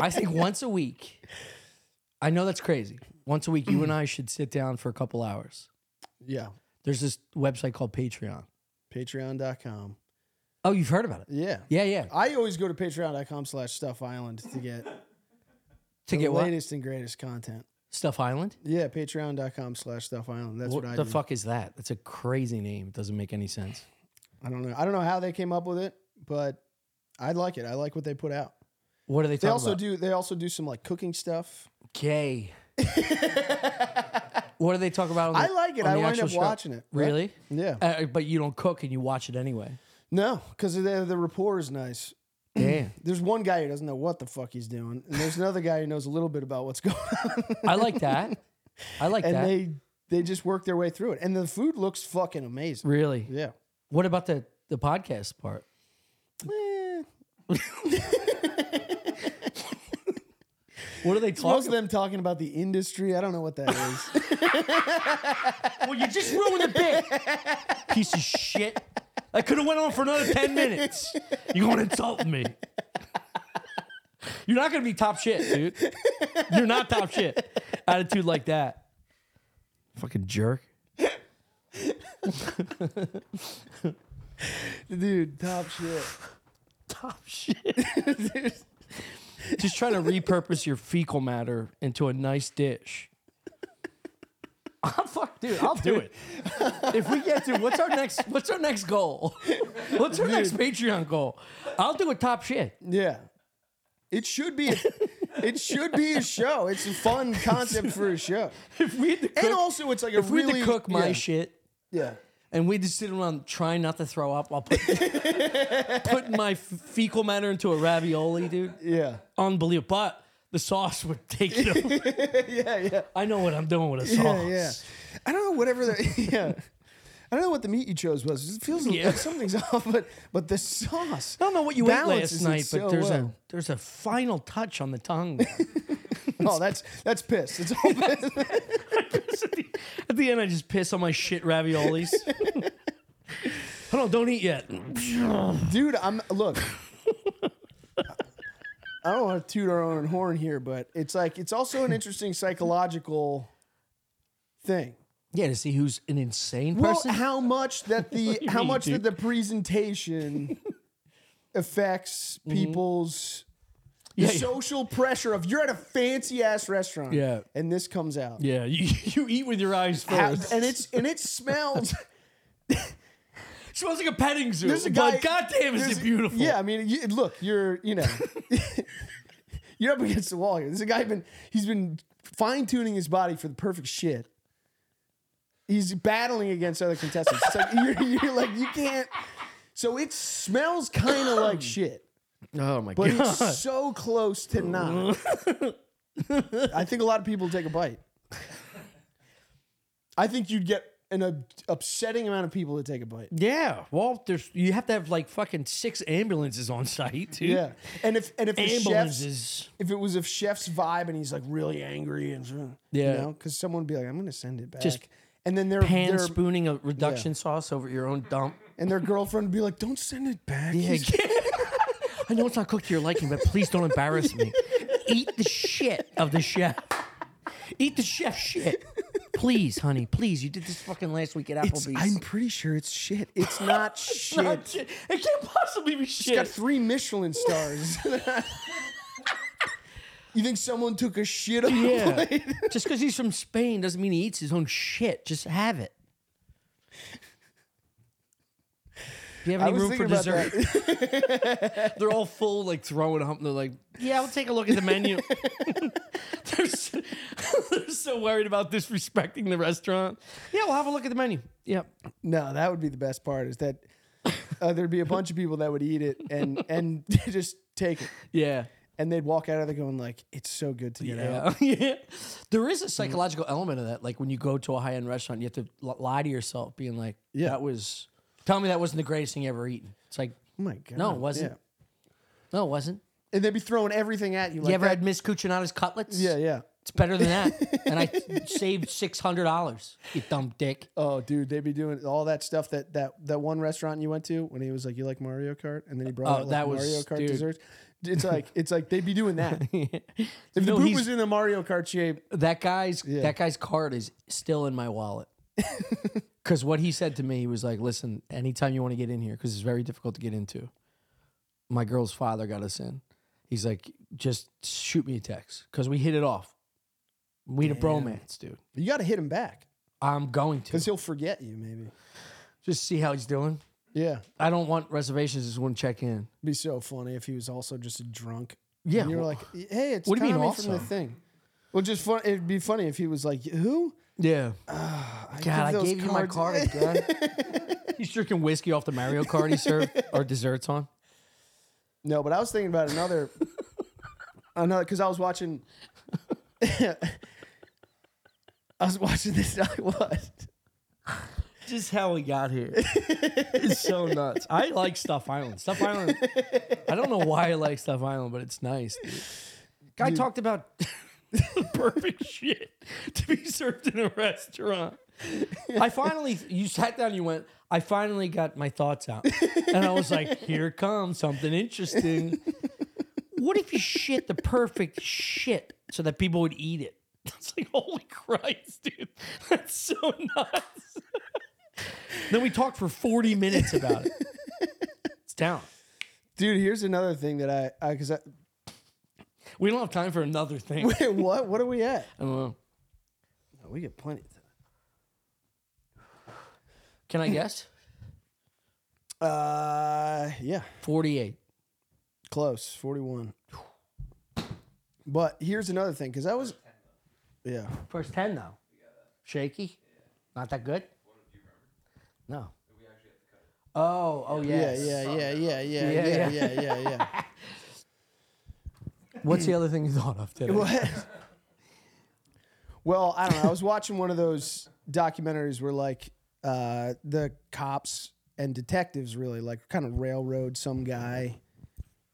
Speaker 2: I think once a week. I know that's crazy. Once a week, you and I should sit down for a couple hours.
Speaker 1: Yeah.
Speaker 2: There's this website called Patreon.
Speaker 1: Patreon.com.
Speaker 2: Oh, you've heard about it?
Speaker 1: Yeah.
Speaker 2: Yeah, yeah.
Speaker 1: I always go to patreon.com slash stuff island to get
Speaker 2: To
Speaker 1: the
Speaker 2: (laughs) get what?
Speaker 1: latest and greatest content.
Speaker 2: Stuff Island?
Speaker 1: Yeah, patreon.com slash stuff island. That's
Speaker 2: What
Speaker 1: what, I
Speaker 2: the
Speaker 1: do.
Speaker 2: fuck is that? That's a crazy name. It doesn't make any sense.
Speaker 1: I don't know. I don't know how they came up with it, but I like it. I like what they put out.
Speaker 2: What are they
Speaker 1: They
Speaker 2: talking
Speaker 1: also
Speaker 2: about?
Speaker 1: do they also do some like cooking stuff. (laughs)
Speaker 2: Gay. what do they talk about? On
Speaker 1: I
Speaker 2: the-
Speaker 1: like it.
Speaker 2: on
Speaker 1: I
Speaker 2: the
Speaker 1: wind
Speaker 2: actual
Speaker 1: up
Speaker 2: show?
Speaker 1: watching it. Yeah.
Speaker 2: Really?
Speaker 1: Yeah.
Speaker 2: Uh, but you don't cook and you watch
Speaker 1: (laughs)
Speaker 2: it anyway.
Speaker 1: No, because the the rapport is nice.
Speaker 2: Damn.
Speaker 1: There's one guy who doesn't know what the fuck he's doing, and there's another guy who knows a little bit about what's (laughs) going
Speaker 2: (laughs)
Speaker 1: on.
Speaker 2: I like that. I like
Speaker 1: and
Speaker 2: that.
Speaker 1: they they just work their way through it. And the food looks fucking amazing.
Speaker 2: really?
Speaker 1: Yeah.
Speaker 2: What about the, the podcast part?
Speaker 1: Eh,
Speaker 2: What are they
Speaker 1: most
Speaker 2: talking
Speaker 1: of them talking about the industry. I don't know what that
Speaker 2: (laughs)
Speaker 1: is.
Speaker 2: Well, you just ruined the bit. Piece of shit. I could have went on for another 10 minutes. You're going to insult me. You're not going to be top shit, dude. You're not top shit. Attitude like that. Fucking jerk.
Speaker 1: Dude, top shit.
Speaker 2: Top (laughs) shit. Just trying to repurpose your fecal matter into a nice dish. (laughs) I'm fuck, dude. I'll do it. If we get to what's our next? What's our next goal? (laughs) What's our next Patreon goal? I'll do a top shit.
Speaker 1: Yeah. It should be it should be a show. It's a fun concept for a show.
Speaker 2: If we had to cook,
Speaker 1: And also it's like a
Speaker 2: if we
Speaker 1: really
Speaker 2: had to cook my
Speaker 1: yeah,
Speaker 2: shit
Speaker 1: Yeah.
Speaker 2: and we just sit around trying not to throw up while (laughs) putting, putting my fecal matter into a ravioli, dude.
Speaker 1: Yeah.
Speaker 2: Unbelievable. But the sauce would take it. (laughs) Over.
Speaker 1: Yeah, yeah. Oh,
Speaker 2: I know what I'm doing with
Speaker 1: (laughs)
Speaker 2: a
Speaker 1: Yeah,
Speaker 2: sauce.
Speaker 1: yeah. I don't know whatever the (laughs) yeah. I don't know what the meat you chose was. It feels
Speaker 2: Yeah.
Speaker 1: like (laughs) something's off, but but the sauce.
Speaker 2: I don't know what you ate last
Speaker 1: balances it
Speaker 2: night, but
Speaker 1: so uh,
Speaker 2: there's
Speaker 1: well.
Speaker 2: a there's a final touch on the tongue. (laughs) there.
Speaker 1: Oh, that's that's piss. It's all piss. (laughs)
Speaker 2: At the end, I just piss on my
Speaker 1: (laughs)
Speaker 2: shit raviolis. Hold on, don't eat yet.
Speaker 1: Dude, I'm look. (laughs) I don't want to toot our own horn here, but it's like it's also an interesting psychological thing.
Speaker 2: Yeah, to see who's an insane
Speaker 1: Well,
Speaker 2: person.
Speaker 1: how much
Speaker 2: (laughs)
Speaker 1: that the
Speaker 2: do you
Speaker 1: how
Speaker 2: mean,
Speaker 1: much
Speaker 2: dude? (laughs)
Speaker 1: that the presentation affects people's The
Speaker 2: Mm-hmm. Yeah, yeah.
Speaker 1: social pressure of you're at a fancy ass restaurant.
Speaker 2: Yeah.
Speaker 1: And this comes out.
Speaker 2: Yeah, (laughs) you, you eat with your eyes
Speaker 1: How-
Speaker 2: first.
Speaker 1: and it's and it smells.
Speaker 2: it smells like a petting zoo.
Speaker 1: There's a guy-
Speaker 2: but goddamn, is
Speaker 1: there's-
Speaker 2: it beautiful?
Speaker 1: Yeah, I mean, you, look, you're you know, (laughs) you're up against the wall here. This is a guy been he's been fine tuning his body for the perfect shit. He's battling against other contestants. It's like you're, you're like you can't. So it smells kind of like shit,
Speaker 2: Oh my
Speaker 1: but
Speaker 2: god. (laughs)
Speaker 1: it's so close to not. I think a lot of people take a bite. I think you'd get an ob- upsetting amount of people to take a bite.
Speaker 2: Yeah. Well, there's you have to have like fucking six ambulances on site, dude.
Speaker 1: Yeah, and if and if the chefs,
Speaker 2: Ambulances.
Speaker 1: if it was a chef's vibe and he's like really angry and
Speaker 2: Yeah.
Speaker 1: you know, because someone would be like, I'm gonna send it back.
Speaker 2: Just
Speaker 1: and then their
Speaker 2: Pan
Speaker 1: their
Speaker 2: spooning a reduction sauce over your own dump.
Speaker 1: and their girlfriend would be like, don't send it back.
Speaker 2: Yeah.
Speaker 1: He's-
Speaker 2: (laughs) I know it's not cooked to your liking, but please don't embarrass me. Eat the shit of the chef. Eat the chef shit. Please, honey, please. You did this fucking last week at
Speaker 1: it's-
Speaker 2: Applebee's.
Speaker 1: I'm pretty sure it's shit.
Speaker 2: (laughs)
Speaker 1: It's not shit.
Speaker 2: Not shit. It can't possibly be
Speaker 1: It's got
Speaker 2: shit.
Speaker 1: three Michelin stars. (laughs) you think someone took a shit on the
Speaker 2: Yeah.
Speaker 1: plate? (laughs)
Speaker 2: Just because he's from Spain doesn't mean he eats his own shit. Just have it. Do you have
Speaker 1: I
Speaker 2: any
Speaker 1: was
Speaker 2: room for
Speaker 1: thinking about
Speaker 2: dessert?
Speaker 1: that.
Speaker 2: They're all full, like throwing up, and they're like, "Yeah, I'll take a look at the (laughs) menu." they're, so, (laughs) they're so worried about disrespecting the restaurant. Yeah, we'll have a look at the menu. Yeah,
Speaker 1: (laughs) No, that would be the best part is that uh, there'd be a bunch of people that would eat it and and (laughs) just take it.
Speaker 2: yeah,
Speaker 1: And they'd walk out of there going like, it's so good to get out.
Speaker 2: yeah. (laughs) yeah. There is a psychological element of that. Like when you go to a high-end restaurant, you have to li- lie to yourself, being like,
Speaker 1: Yeah.
Speaker 2: that was. Tell me that wasn't the greatest thing you ever eaten." It's like,
Speaker 1: Oh my god.
Speaker 2: No, it wasn't.
Speaker 1: Yeah.
Speaker 2: no, it wasn't.
Speaker 1: And they'd be throwing everything at you. Like
Speaker 2: You ever
Speaker 1: that.
Speaker 2: had Miss Cucinata's cutlets?
Speaker 1: Yeah, yeah.
Speaker 2: It's better than
Speaker 1: (laughs)
Speaker 2: that. and I saved six hundred dollars. You dumb (laughs) dick.
Speaker 1: Oh, dude, they'd be doing all that stuff that that that one restaurant you went to when he was like, "You like Mario Kart?" and then he brought
Speaker 2: Oh,
Speaker 1: out like,
Speaker 2: that was-
Speaker 1: Mario Kart
Speaker 2: dude.
Speaker 1: desserts. It's
Speaker 2: (laughs)
Speaker 1: like it's like they'd be doing that. If the
Speaker 2: No,
Speaker 1: boot
Speaker 2: he's-
Speaker 1: was in a Mario Kart shape,
Speaker 2: That guy's that guy's card is still in my wallet. Because what he said to me, he was like, "Listen, anytime you want to get in here, because it's very difficult to get into." My girl's father got us in. He's like, "Just shoot me a text," because we hit it off. We had a bromance, dude.
Speaker 1: you got to hit him back
Speaker 2: I'm going to
Speaker 1: because he'll forget you. Maybe.
Speaker 2: just see how he's doing.
Speaker 1: Yeah,
Speaker 2: I don't want reservations. Just want to check in.
Speaker 1: it'd be so funny if he was also just a drunk.
Speaker 2: Yeah,
Speaker 1: and you were
Speaker 2: well-
Speaker 1: like, "Hey, it's
Speaker 2: What do you mean
Speaker 1: Tommy from the
Speaker 2: also?
Speaker 1: thing." Well, just fun. It'd be funny if he was like, "Who?"
Speaker 2: Yeah. God, I
Speaker 1: Ah, those
Speaker 2: gave you my
Speaker 1: (laughs)
Speaker 2: card
Speaker 1: cards-
Speaker 2: again. He's drinking whiskey off the Mario card he served or desserts on.
Speaker 1: No, but I was thinking about another, another because I was watching. (laughs) I was watching this. (laughs) I was.
Speaker 2: Just how we got here. it's so nuts. I like Stuff Island. Stuff Island. I don't know why I like Stuff Island, but it's nice. Dude. Guy talked about (laughs) perfect shit to be served in a restaurant. I finally, you sat down, you went, I finally got my thoughts out. And I was like, here comes something interesting. What if you shit the perfect shit so that people would eat it? (laughs) It's like, holy Christ, dude. That's so (laughs) nuts. then we talked for 40 minutes about it. (laughs) It's talent.
Speaker 1: Dude, here's another thing that I I because I, (laughs)
Speaker 2: We don't have time for another thing.
Speaker 1: wait, what what are we at?
Speaker 2: I don't know.
Speaker 1: we get plenty. Of
Speaker 2: Can I guess?
Speaker 1: time. Uh, yeah,
Speaker 2: 48.
Speaker 1: close forty one. But here's another thing because I was, yeah,
Speaker 2: First 10, though. Shaky? Not that good? No. Oh, oh,
Speaker 1: yeah,
Speaker 2: yes.
Speaker 1: yeah, yeah, yeah, yeah,
Speaker 2: Yeah,
Speaker 1: yeah, yeah,
Speaker 2: yeah.
Speaker 1: yeah, yeah, yeah.
Speaker 2: What's the other thing you thought of today?
Speaker 1: What? well, I don't know. I was watching one of those documentaries where like uh, the cops and detectives really like kind of railroad some guy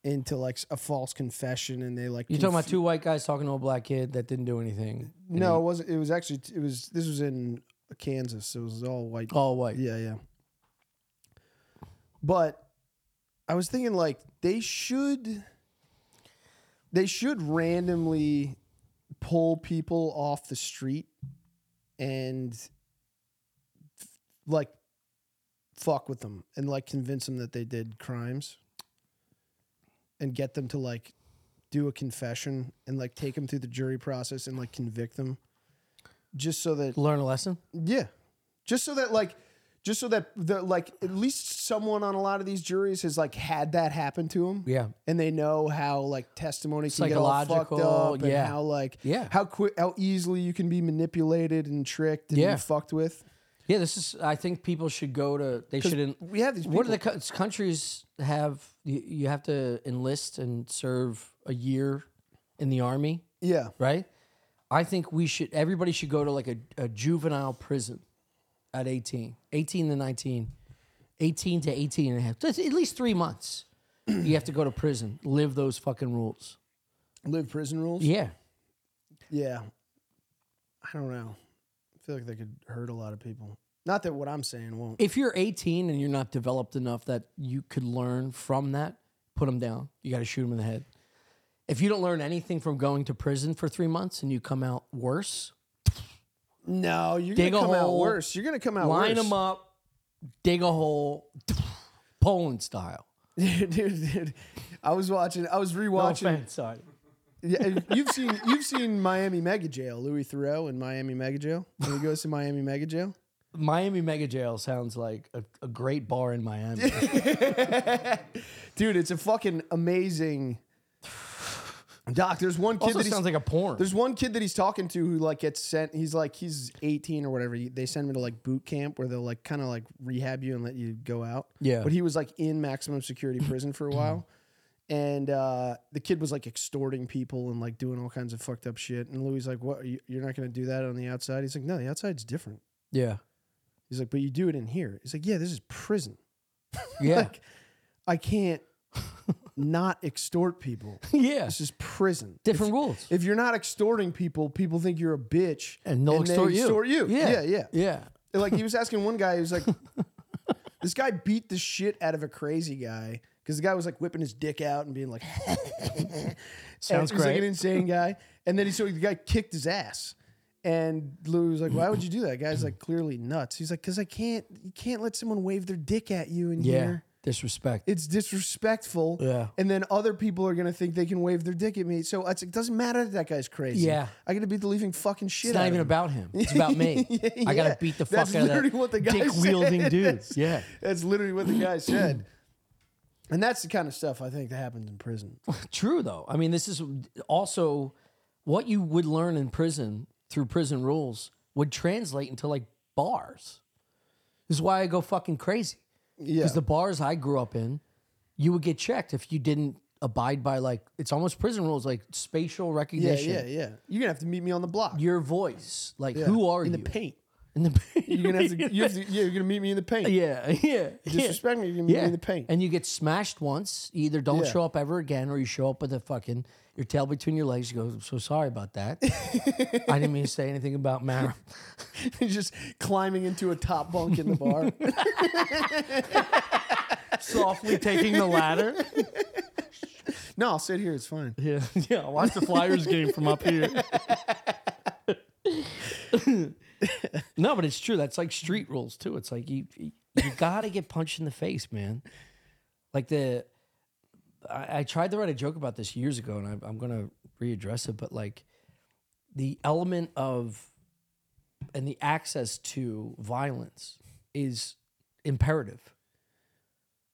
Speaker 1: into like a false confession, and they like
Speaker 2: You're talking about two white guys talking to a black kid that didn't do anything.
Speaker 1: No, it wasn't. It was actually. It was. This was in Kansas. So it was all white.
Speaker 2: All white.
Speaker 1: Yeah, yeah. But I was thinking, like, they should. They should randomly pull people off the street and like fuck with them and like convince them that they did crimes and get them to like do a confession and like take them through the jury process and like convict them, just so that
Speaker 2: Learn a lesson.
Speaker 1: yeah, just so that like, just so that the like at least someone on a lot of these juries has like had that happen to them.
Speaker 2: Yeah.
Speaker 1: and they know how like testimony can get all fucked up,
Speaker 2: Psychological,
Speaker 1: and
Speaker 2: yeah.
Speaker 1: how like
Speaker 2: Yeah.
Speaker 1: how quick how easily you can be manipulated and tricked and
Speaker 2: Yeah.
Speaker 1: fucked with.
Speaker 2: Yeah, this is. I think people should go to. They shouldn't.
Speaker 1: We have these. People.
Speaker 2: What do the co- countries have? You, you have to enlist and serve a year in the army,
Speaker 1: yeah,
Speaker 2: right? I think we should. Everybody should go to like a, a juvenile prison at 18, 18 to 19, 18 to 18 and a half. That's at least three months. you have to go to prison. Live those fucking rules.
Speaker 1: live prison rules.
Speaker 2: Yeah.
Speaker 1: Yeah. I don't know. I feel like they could hurt a lot of people. Not that what I'm saying won't.
Speaker 2: If you're 18 and you're not developed enough that you could learn from that, put them down. You got to shoot them in the head. If you don't learn anything from going to prison for three months and you come out worse,
Speaker 1: No, you're
Speaker 2: Dig a
Speaker 1: gonna come out
Speaker 2: hole,
Speaker 1: worse. You're gonna come out
Speaker 2: line
Speaker 1: worse.
Speaker 2: them up, dig a hole, (sniffs) Poland style.
Speaker 1: (laughs) dude, dude, dude. I was watching. I was
Speaker 2: No
Speaker 1: rewatching.
Speaker 2: offense, sorry.
Speaker 1: yeah, you've seen. You've seen Miami Mega Jail. Louis Theroux in Miami Mega Jail. When he goes to Miami Mega Jail.
Speaker 2: Miami Mega Jail sounds like a, a great bar
Speaker 1: (laughs)
Speaker 2: in Miami.
Speaker 1: Dude, it's a fucking amazing. Doc, there's one kid
Speaker 2: also
Speaker 1: that he's
Speaker 2: sounds like a porn.
Speaker 1: There's one kid that he's talking to who like gets sent. He's like he's 18 or whatever. They send him to like boot camp where they'll like kind of like rehab you and let you go out.
Speaker 2: Yeah.
Speaker 1: But he was like in maximum security prison for a
Speaker 2: (clears throat)
Speaker 1: while, and uh, the kid was like extorting people and like doing all kinds of fucked up shit. And Louis is like, "What? You, you're not going to do that on the outside?" He's like, "No, the outside's different."
Speaker 2: Yeah.
Speaker 1: He's like, "But you do it in here." He's like, "Yeah, this is prison.
Speaker 2: Yeah.
Speaker 1: (laughs) Like, I
Speaker 2: (laughs)
Speaker 1: can't not extort people.
Speaker 2: yeah.
Speaker 1: This is prison.
Speaker 2: Different rules.
Speaker 1: If you're not extorting people, people think you're a bitch
Speaker 2: And they'll
Speaker 1: they
Speaker 2: extort you.
Speaker 1: extort you.
Speaker 2: Yeah.
Speaker 1: Yeah, yeah.
Speaker 2: yeah.
Speaker 1: Like
Speaker 2: (laughs)
Speaker 1: he was asking one guy, he was like, "This guy beat the shit out of a crazy guy because the guy was like whipping his dick out and being like, (laughs)
Speaker 2: Sounds
Speaker 1: and He's like an
Speaker 2: great.
Speaker 1: insane guy." And then he so the guy kicked his ass, and Louis was like, "Why would you do that?" Guy's like clearly nuts. He's like, "Cause I can't, you can't let someone wave their dick at you in
Speaker 2: Yeah.
Speaker 1: here."
Speaker 2: Disrespect.
Speaker 1: It's disrespectful.
Speaker 2: Yeah.
Speaker 1: And then other people are gonna think they can wave their dick at me. So it's, it doesn't matter that that guy's crazy.
Speaker 2: Yeah.
Speaker 1: I gotta beat the living fucking shit
Speaker 2: It's
Speaker 1: out
Speaker 2: not
Speaker 1: of
Speaker 2: even
Speaker 1: him.
Speaker 2: about him. It's about me. I
Speaker 1: (laughs)
Speaker 2: gotta
Speaker 1: Yeah.
Speaker 2: beat the fuck
Speaker 1: That's
Speaker 2: out of
Speaker 1: literally
Speaker 2: that
Speaker 1: what the guy
Speaker 2: dick
Speaker 1: (laughs)
Speaker 2: wielding
Speaker 1: said.
Speaker 2: dude. Yeah,
Speaker 1: That's literally what the
Speaker 2: (clears throat)
Speaker 1: guy said. And that's the kind of stuff I think that happens in prison.
Speaker 2: (laughs) true though. I mean, this is also what you would learn in prison through prison rules would translate into like bars. This is why I go fucking crazy
Speaker 1: Yeah.
Speaker 2: because the bars I grew up in, you would get checked if you didn't abide by like it's almost prison rules like spatial
Speaker 1: yeah,
Speaker 2: recognition.
Speaker 1: yeah, yeah. You're gonna have to meet me on the block.
Speaker 2: Your voice, like
Speaker 1: Yeah.
Speaker 2: who are
Speaker 1: in
Speaker 2: you
Speaker 1: the
Speaker 2: (laughs)
Speaker 1: paint?
Speaker 2: in the
Speaker 1: (laughs) You're gonna have to, you have to yeah, you're gonna meet me in the paint.
Speaker 2: yeah (laughs) yeah yeah.
Speaker 1: Disrespect me, you're gonna meet me in the paint.
Speaker 2: And you get smashed once. You either don't
Speaker 1: Yeah.
Speaker 2: show up ever again or you show up with a fucking your tail between your legs. You go, I'm so sorry
Speaker 1: (laughs)
Speaker 2: about that. I didn't mean to say anything about Mara.
Speaker 1: He's (laughs) just climbing into a top bunk in the
Speaker 2: (laughs)
Speaker 1: bar.
Speaker 2: (laughs) Softly taking the ladder.
Speaker 1: no, I'll sit here, it's fine.
Speaker 2: Yeah. Yeah. Watch the Flyers game from up here. (laughs) no, but it's true. That's like street rules too. It's like you you gotta get punched in the face, man. Like the I, I tried to write a joke about this years ago, and I, I'm gonna readdress it. But like the element of and the access to violence is imperative. (laughs)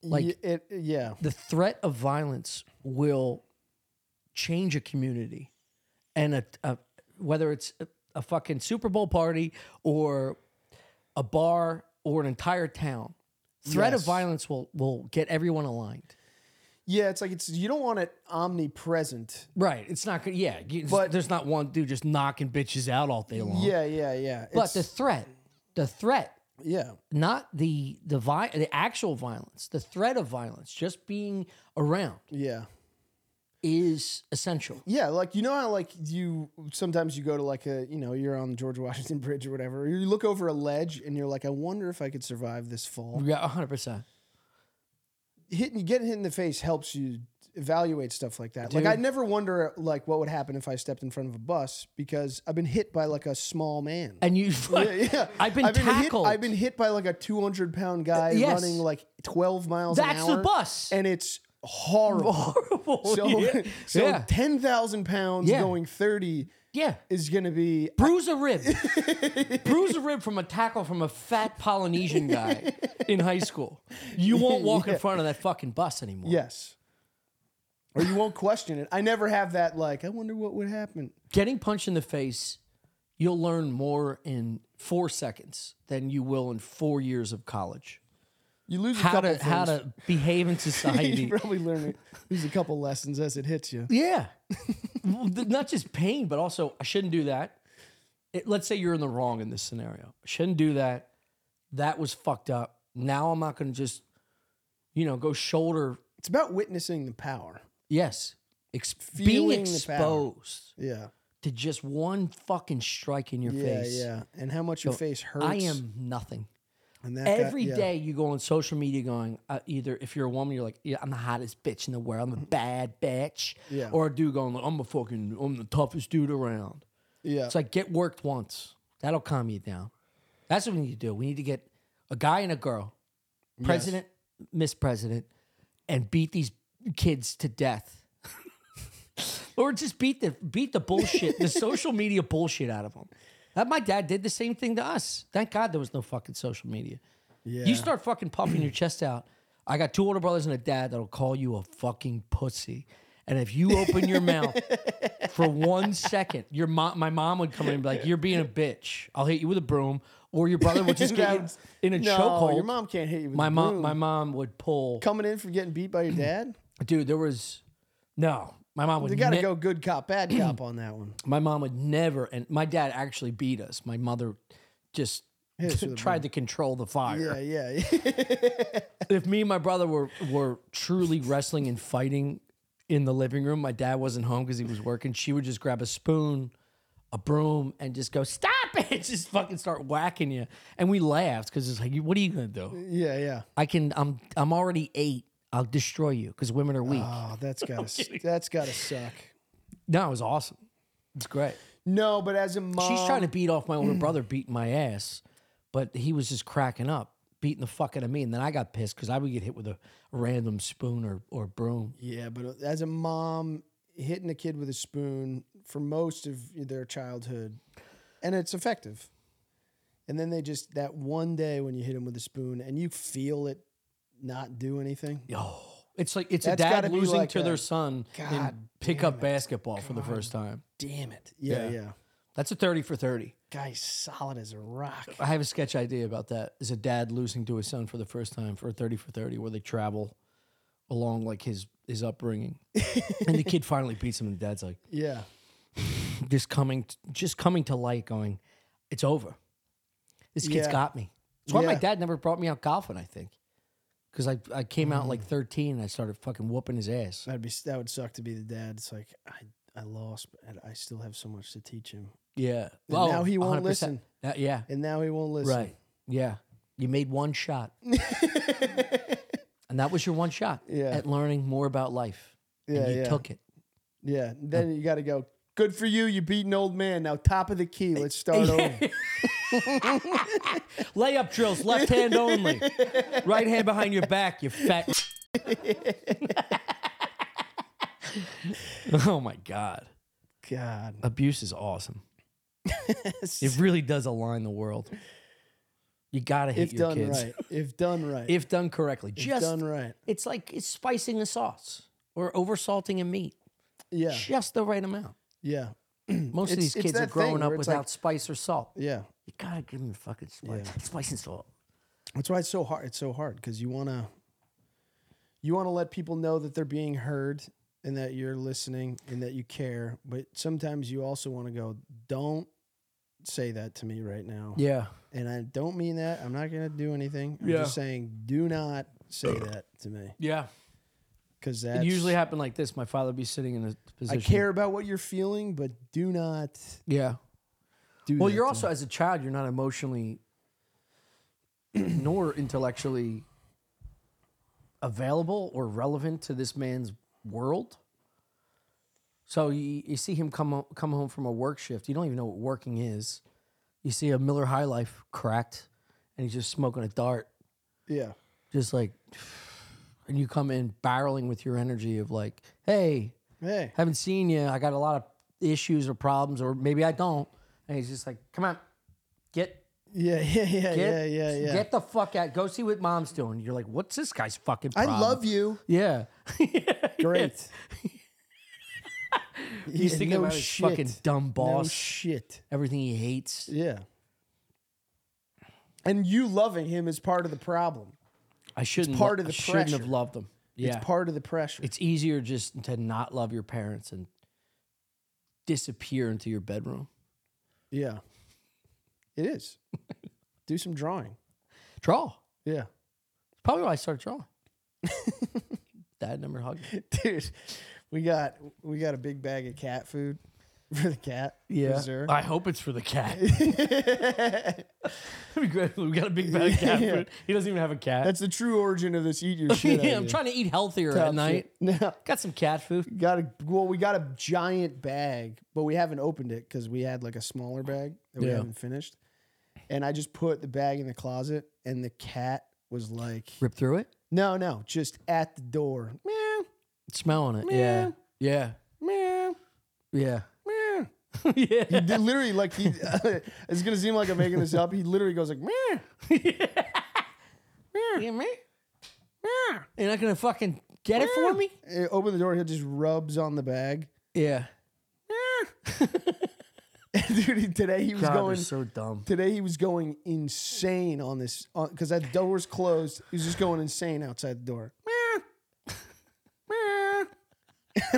Speaker 2: Like-
Speaker 1: Y- it, yeah.
Speaker 2: The threat of violence will change a community, and a, a whether it's a, a fucking Super Bowl party or a bar or an entire town. Threat of
Speaker 1: Yes.
Speaker 2: violence will will get everyone aligned.
Speaker 1: Yeah, it's like it's you don't want it omnipresent.
Speaker 2: Right. It's not good. Yeah. you-
Speaker 1: But-
Speaker 2: there's not one dude just knocking bitches out all day long.
Speaker 1: Yeah, yeah, yeah.
Speaker 2: But the
Speaker 1: It's-
Speaker 2: threat, the threat,
Speaker 1: yeah.
Speaker 2: not the the vi- the actual violence, the threat of violence, just being around
Speaker 1: Yeah.
Speaker 2: is essential.
Speaker 1: Yeah, like you know how like you sometimes you go to like a you know you're on the George Washington (laughs) Bridge or whatever. or You look over a ledge and you're like, I wonder if I could survive this fall.
Speaker 2: Yeah, 100%.
Speaker 1: Hitting getting hit in the face helps you evaluate stuff like that. Like I never wonder like what would happen if I stepped in front of a bus because I've been hit by like a small man.
Speaker 2: And you
Speaker 1: (laughs) yeah, yeah.
Speaker 2: (laughs) I've been tackled.
Speaker 1: Hit, I've been hit by like a 200 pound guy
Speaker 2: Yes.
Speaker 1: running like 12 miles an
Speaker 2: That's
Speaker 1: hour.
Speaker 2: the bus.
Speaker 1: and it's horrible.
Speaker 2: (laughs) (laughs) Horrible.
Speaker 1: So,
Speaker 2: yeah.
Speaker 1: (laughs) so
Speaker 2: Yeah.
Speaker 1: ten thousand pounds
Speaker 2: Yeah.
Speaker 1: going thirty
Speaker 2: yeah.
Speaker 1: is gonna be
Speaker 2: Bruise a rib. (laughs) Bruise a rib from a tackle from a fat Polynesian guy in high school.
Speaker 1: (laughs)
Speaker 2: You won't walk in front of that fucking bus anymore.
Speaker 1: yes, or you won't question it. I never have that. Like, I wonder what would happen.
Speaker 2: Getting punched in the face, you'll learn more in four seconds than you will in four years of college.
Speaker 1: You lose a
Speaker 2: How
Speaker 1: couple
Speaker 2: to how
Speaker 1: things.
Speaker 2: to
Speaker 1: (laughs)
Speaker 2: behave in
Speaker 1: you
Speaker 2: society.
Speaker 1: probably learn it. Lose a couple lessons as it hits you.
Speaker 2: Yeah. Well, th- Not just pain, but also I shouldn't do that. It, let's say you're in the wrong in this scenario. I shouldn't do that. That was fucked up. Now I'm not going to just, you know, go shoulder.
Speaker 1: It's about witnessing the power.
Speaker 2: Yes. Ex- being
Speaker 1: Feeling the power.
Speaker 2: exposed
Speaker 1: Yeah,
Speaker 2: to just one fucking strike in your
Speaker 1: yeah,
Speaker 2: face.
Speaker 1: yeah. And how much your face hurts.
Speaker 2: I am nothing.
Speaker 1: And that
Speaker 2: Every day
Speaker 1: yeah.
Speaker 2: you go on social media going, uh, either if you're a woman, you're like, yeah, I'm the hottest bitch in the
Speaker 1: (laughs)
Speaker 2: world. I'm a bad bitch.
Speaker 1: Yeah.
Speaker 2: Or a dude going, like, I'm a fucking, I'm the toughest dude around.
Speaker 1: Yeah.
Speaker 2: It's like get worked once. That'll calm you down. That's what we need to do. We need to get a guy and a girl, president, miss president, and beat these kids to death. or just beat the beat the bullshit, the social media bullshit out of them. That my dad did the same thing to us. Thank God there was no fucking social media.
Speaker 1: yeah.
Speaker 2: You start fucking puffing your chest out. I got two older brothers and a dad that'll call you a fucking pussy. And if you open your mouth for one second, your mom, my mom would come in and be like, "You're being a bitch. I'll hit you with a broom," or your brother would just get
Speaker 1: That's-
Speaker 2: in, in
Speaker 1: (laughs)
Speaker 2: a
Speaker 1: no,
Speaker 2: chokehold.
Speaker 1: Your mom can't hit you with
Speaker 2: my
Speaker 1: a
Speaker 2: mom,
Speaker 1: broom.
Speaker 2: my Mm-hmm. mom would pull.
Speaker 1: coming in for getting beat by your dad.
Speaker 2: Dude, there was no. My mom would.
Speaker 1: You got to
Speaker 2: ne-
Speaker 1: go good cop,
Speaker 2: (clears throat)
Speaker 1: bad cop on that one.
Speaker 2: My mom would never, and my dad actually beat us. My mother just
Speaker 1: Hit us with a
Speaker 2: (laughs) tried to control the fire.
Speaker 1: Yeah, yeah, yeah.
Speaker 2: if me and my brother were were truly wrestling and fighting in the living room, my dad wasn't home because he was working. She would just grab a spoon, a broom, and just go, "Stop it!" (laughs) Just fucking start whacking you. And we laughed because it's like, "What are you gonna do?
Speaker 1: yeah, (laughs) yeah.
Speaker 2: I can. I'm. I'm already eight. I'll destroy you because women are weak."
Speaker 1: Oh, that's
Speaker 2: (laughs)
Speaker 1: gotta that's gotta suck.
Speaker 2: no, it was awesome. It's great.
Speaker 1: No, but as a mom,
Speaker 2: She's trying to beat off
Speaker 1: (clears throat)
Speaker 2: my older brother, beating my ass, but he was just cracking up, beating the fuck out of me. And then I got pissed because I would get hit with a random spoon or or broom.
Speaker 1: Yeah, but uh, as a mom, hitting a kid with a spoon for most of their childhood, and it's effective. And then they just that one day when you hit them with a spoon and you feel it not do anything.
Speaker 2: Oh, it's like it's
Speaker 1: That's
Speaker 2: a
Speaker 1: gotta
Speaker 2: dad
Speaker 1: be
Speaker 2: losing
Speaker 1: like
Speaker 2: to
Speaker 1: a-
Speaker 2: their son
Speaker 1: God
Speaker 2: in pickup basketball for the first time.
Speaker 1: Damn it! Yeah, yeah.
Speaker 2: Yeah. That's a thirty for thirty.
Speaker 1: Guy's solid as a rock.
Speaker 2: I have a sketch idea about that. Is a dad losing to his son for the first time for a thirty for thirty, where they travel along like his
Speaker 1: (laughs)
Speaker 2: his upbringing, and the kid finally beats him, and dad's like
Speaker 1: Yeah,
Speaker 2: just coming just coming to light, going, "It's over. This kid's
Speaker 1: Yeah.
Speaker 2: got me." That's why my
Speaker 1: Yeah.
Speaker 2: dad never brought me out golfing. I think because I I came out like thirteen and I started fucking whooping his ass.
Speaker 1: that'd be that would suck to be the dad. It's like I I lost, but I still have so much to teach him,
Speaker 2: Yeah.
Speaker 1: now he won't
Speaker 2: 100%.
Speaker 1: listen.
Speaker 2: Uh, yeah.
Speaker 1: and now he won't listen.
Speaker 2: Right. Yeah. You made one shot. (laughs) and that was your one shot
Speaker 1: Yeah.
Speaker 2: at learning more about life.
Speaker 1: Yeah,
Speaker 2: and you
Speaker 1: yeah.
Speaker 2: took it.
Speaker 1: Yeah. Then you got to go. Good for you. You beat an old man. Now top of the key. Let's (laughs) start
Speaker 2: (laughs)
Speaker 1: over.
Speaker 2: Layup drills, left hand only. right hand behind your back, you fat. (laughs) oh my God.
Speaker 1: God. (laughs)
Speaker 2: Abuse is awesome. It really does align the world. You gotta
Speaker 1: if
Speaker 2: hit your
Speaker 1: done
Speaker 2: kids.
Speaker 1: right. If done right.
Speaker 2: If done correctly.
Speaker 1: If
Speaker 2: Just
Speaker 1: done right.
Speaker 2: It's like it's spicing the sauce or oversalting a meat,
Speaker 1: Yeah.
Speaker 2: just the right amount.
Speaker 1: Yeah.
Speaker 2: Most
Speaker 1: It's-
Speaker 2: of these
Speaker 1: it's
Speaker 2: kids are
Speaker 1: that
Speaker 2: growing
Speaker 1: thing
Speaker 2: up
Speaker 1: where it's like-
Speaker 2: without spice or salt.
Speaker 1: Yeah.
Speaker 2: You gotta give them fucking spice, spice and salt.
Speaker 1: That's why it's so hard. It's so hard because you want to. You want to let people know that they're being heard and that you're listening and that you care, but sometimes you also want to go, "Don't say that to me right now."
Speaker 2: Yeah,
Speaker 1: And I don't mean that. I'm not going to do anything. I'm
Speaker 2: Yeah.
Speaker 1: just saying, do not say that to me
Speaker 2: yeah.
Speaker 1: because
Speaker 2: It
Speaker 1: that
Speaker 2: usually happened like this. My father would be sitting in a
Speaker 1: I
Speaker 2: position.
Speaker 1: care about what you're feeling, but do not
Speaker 2: Yeah.
Speaker 1: do.
Speaker 2: Well,
Speaker 1: that
Speaker 2: you're
Speaker 1: to
Speaker 2: also as a child, you're not emotionally nor intellectually available or relevant to this man's world. So you, you see him come ho- come home from a work shift. You don't even know what working is. You see a Miller High Life cracked, and he's just smoking a dart,
Speaker 1: me. yeah,
Speaker 2: just like and you come in barreling with your energy of like, hey,
Speaker 1: Hey,
Speaker 2: haven't seen you. I got a lot of issues or problems, or maybe I don't. And he's just like, come on, get
Speaker 1: yeah, (laughs) yeah, yeah, yeah,
Speaker 2: get
Speaker 1: yeah, yeah.
Speaker 2: get the fuck out. Go see what mom's doing. You're like, what's this guy's fucking?
Speaker 1: I
Speaker 2: Problem?
Speaker 1: love you.
Speaker 2: (laughs) Yeah,
Speaker 1: Great.
Speaker 2: (laughs) He's
Speaker 1: Yeah,
Speaker 2: thinking
Speaker 1: no
Speaker 2: about his
Speaker 1: shit.
Speaker 2: fucking dumb
Speaker 1: No
Speaker 2: boss.
Speaker 1: shit.
Speaker 2: Everything he hates.
Speaker 1: Yeah. And you loving him is part of the problem.
Speaker 2: I shouldn't.
Speaker 1: part
Speaker 2: lo-
Speaker 1: of
Speaker 2: I
Speaker 1: the
Speaker 2: shouldn't have
Speaker 1: pressure.
Speaker 2: loved him. Yeah,
Speaker 1: It's part of the pressure.
Speaker 2: it's easier just to not love your parents and disappear into your bedroom.
Speaker 1: yeah. It
Speaker 2: (laughs)
Speaker 1: is. Do some drawing.
Speaker 2: Draw.
Speaker 1: Yeah.
Speaker 2: (laughs) Probably why I started drawing. (laughs) Dad never hugged. me.
Speaker 1: Dude, we got we got a big bag of cat food (laughs) for the cat. Preserve.
Speaker 2: I hope it's for the (laughs) cat. That'd be great. We got a big bag of cat
Speaker 1: Yeah.
Speaker 2: food. He doesn't even have a cat.
Speaker 1: That's the true origin of this
Speaker 2: (laughs)
Speaker 1: eat your shit.
Speaker 2: yeah, I'm trying to eat healthier at night.
Speaker 1: (laughs) No.
Speaker 2: Got some cat food.
Speaker 1: Got a well, we got a giant bag, but we haven't opened it because we had like a smaller bag that we
Speaker 2: Yeah.
Speaker 1: haven't finished. And I just put the bag in the closet, and the cat was like,
Speaker 2: Rip through it.
Speaker 1: "No, no, just at the door." Meow,
Speaker 2: Smelling it.
Speaker 1: Meow.
Speaker 2: Yeah.
Speaker 1: meow,
Speaker 2: Yeah.
Speaker 1: meow.
Speaker 2: Yeah. yeah. (laughs)
Speaker 1: They literally, like he, (laughs) it's gonna seem like I'm making this up. He literally goes like, "Meow."
Speaker 2: You me? You're not gonna fucking get it for me?
Speaker 1: Uh, Open the door. He just rubs on the bag. (laughs)
Speaker 2: Yeah.
Speaker 1: Dude, he- today he was
Speaker 2: God,
Speaker 1: going.
Speaker 2: they're so (laughs) dumb.
Speaker 1: Today he was going insane on this because that door was closed. He was just going insane outside the door.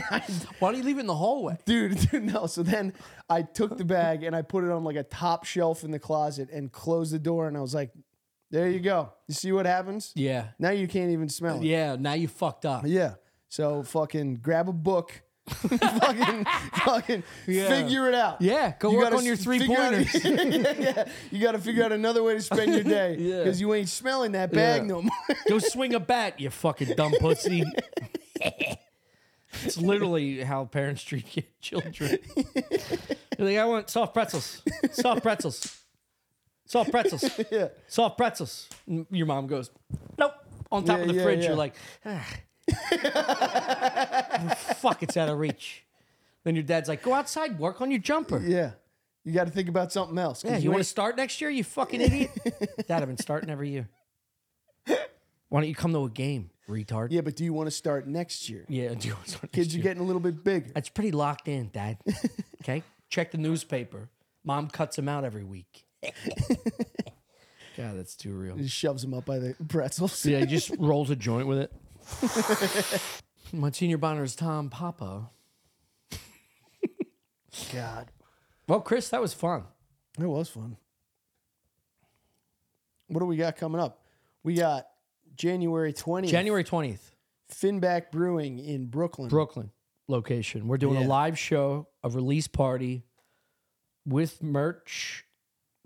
Speaker 2: Why don't you leave it in the hallway?
Speaker 1: Dude, (laughs) dude, no. So then I took the bag and I put it on like a top shelf in the closet and closed the door and I was like, "There you go. You see what happens?
Speaker 2: Yeah.
Speaker 1: Now you can't even smell it."
Speaker 2: Yeah. Now you fucked up.
Speaker 1: Yeah. So fucking grab a book. (laughs) fucking fucking figure it out.
Speaker 2: Yeah. Go work
Speaker 1: gotta
Speaker 2: on your
Speaker 1: s-
Speaker 2: three
Speaker 1: figure out-
Speaker 2: pointers.
Speaker 1: (laughs) yeah, you got to figure out another way to spend your day
Speaker 2: (laughs) Yeah.
Speaker 1: because you ain't smelling that bag
Speaker 2: Yeah.
Speaker 1: no more. (laughs)
Speaker 2: Go swing a bat, you fucking dumb pussy. it's literally how parents treat ki- children. They're like, I want soft pretzels, soft pretzels, soft pretzels,
Speaker 1: yeah.
Speaker 2: soft pretzels. And your mom goes, nope. On top
Speaker 1: Yeah,
Speaker 2: of the
Speaker 1: yeah,
Speaker 2: fridge,
Speaker 1: yeah.
Speaker 2: you're like, ah. fuck, it's out of reach. Then your dad's like, go outside, work on your jumper.
Speaker 1: Yeah. You got to think about something else. 'cause
Speaker 2: Yeah,
Speaker 1: you
Speaker 2: you want to
Speaker 1: ain't-
Speaker 2: start next year, you fucking
Speaker 1: (laughs)
Speaker 2: idiot? Dad, I've been starting every year. Why don't you come to a game, retard?
Speaker 1: yeah, but do you want to start next year?
Speaker 2: Yeah, do you want to start next
Speaker 1: Kids are
Speaker 2: year?
Speaker 1: getting a little bit bigger.
Speaker 2: That's pretty locked in, Dad.
Speaker 1: (laughs)
Speaker 2: Okay, check the newspaper. Mom cuts him out
Speaker 1: (laughs)
Speaker 2: every week. God, that's too real.
Speaker 1: Just shoves them up by the (laughs) pretzels.
Speaker 2: Yeah, he just rolls a joint with it. (laughs) My senior Bonner is Tom Papa.
Speaker 1: God,
Speaker 2: Well, Chris, that was fun.
Speaker 1: it was fun. What do we got coming up? We got January 20th.
Speaker 2: January twentieth,
Speaker 1: Finback Brewing in Brooklyn.
Speaker 2: Brooklyn location. We're doing
Speaker 1: Yeah.
Speaker 2: a live show, a release party with merch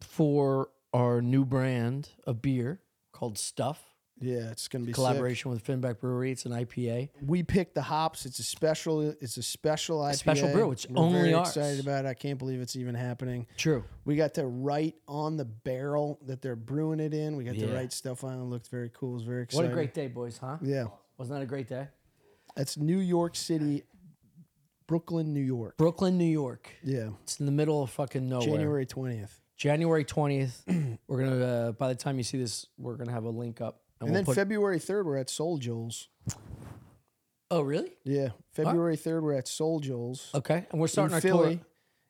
Speaker 2: for our new brand of beer called Stuff.
Speaker 1: yeah, it's gonna be collaboration.
Speaker 2: Collaboration with Finback Brewery. It's an IPA.
Speaker 1: We picked the hops. It's a special. It's a special IPA.
Speaker 2: special brew. It's
Speaker 1: We're
Speaker 2: only
Speaker 1: very
Speaker 2: ours.
Speaker 1: excited about. it. I can't believe it's even happening.
Speaker 2: True.
Speaker 1: We got to write on the barrel that they're brewing it in. We got to
Speaker 2: Yeah.
Speaker 1: write stuff on. It looked very cool. It was very
Speaker 2: What
Speaker 1: exciting.
Speaker 2: a great day, boys, huh?
Speaker 1: Yeah,
Speaker 2: Wasn't that a great day?
Speaker 1: that's New York City, Brooklyn, New York.
Speaker 2: Brooklyn, New York.
Speaker 1: Yeah,
Speaker 2: It's in the middle of fucking nowhere. January,
Speaker 1: January twentieth,
Speaker 2: twentieth. (clears throat) we're gonna. Uh, by the time you see this, we're gonna have a link up.
Speaker 1: and then February third we're at Soul Joel's.
Speaker 2: oh, really?
Speaker 1: Yeah, February third we're at Soul Joel's
Speaker 2: Okay. And we're starting
Speaker 1: in
Speaker 2: our
Speaker 1: Philly,
Speaker 2: tour.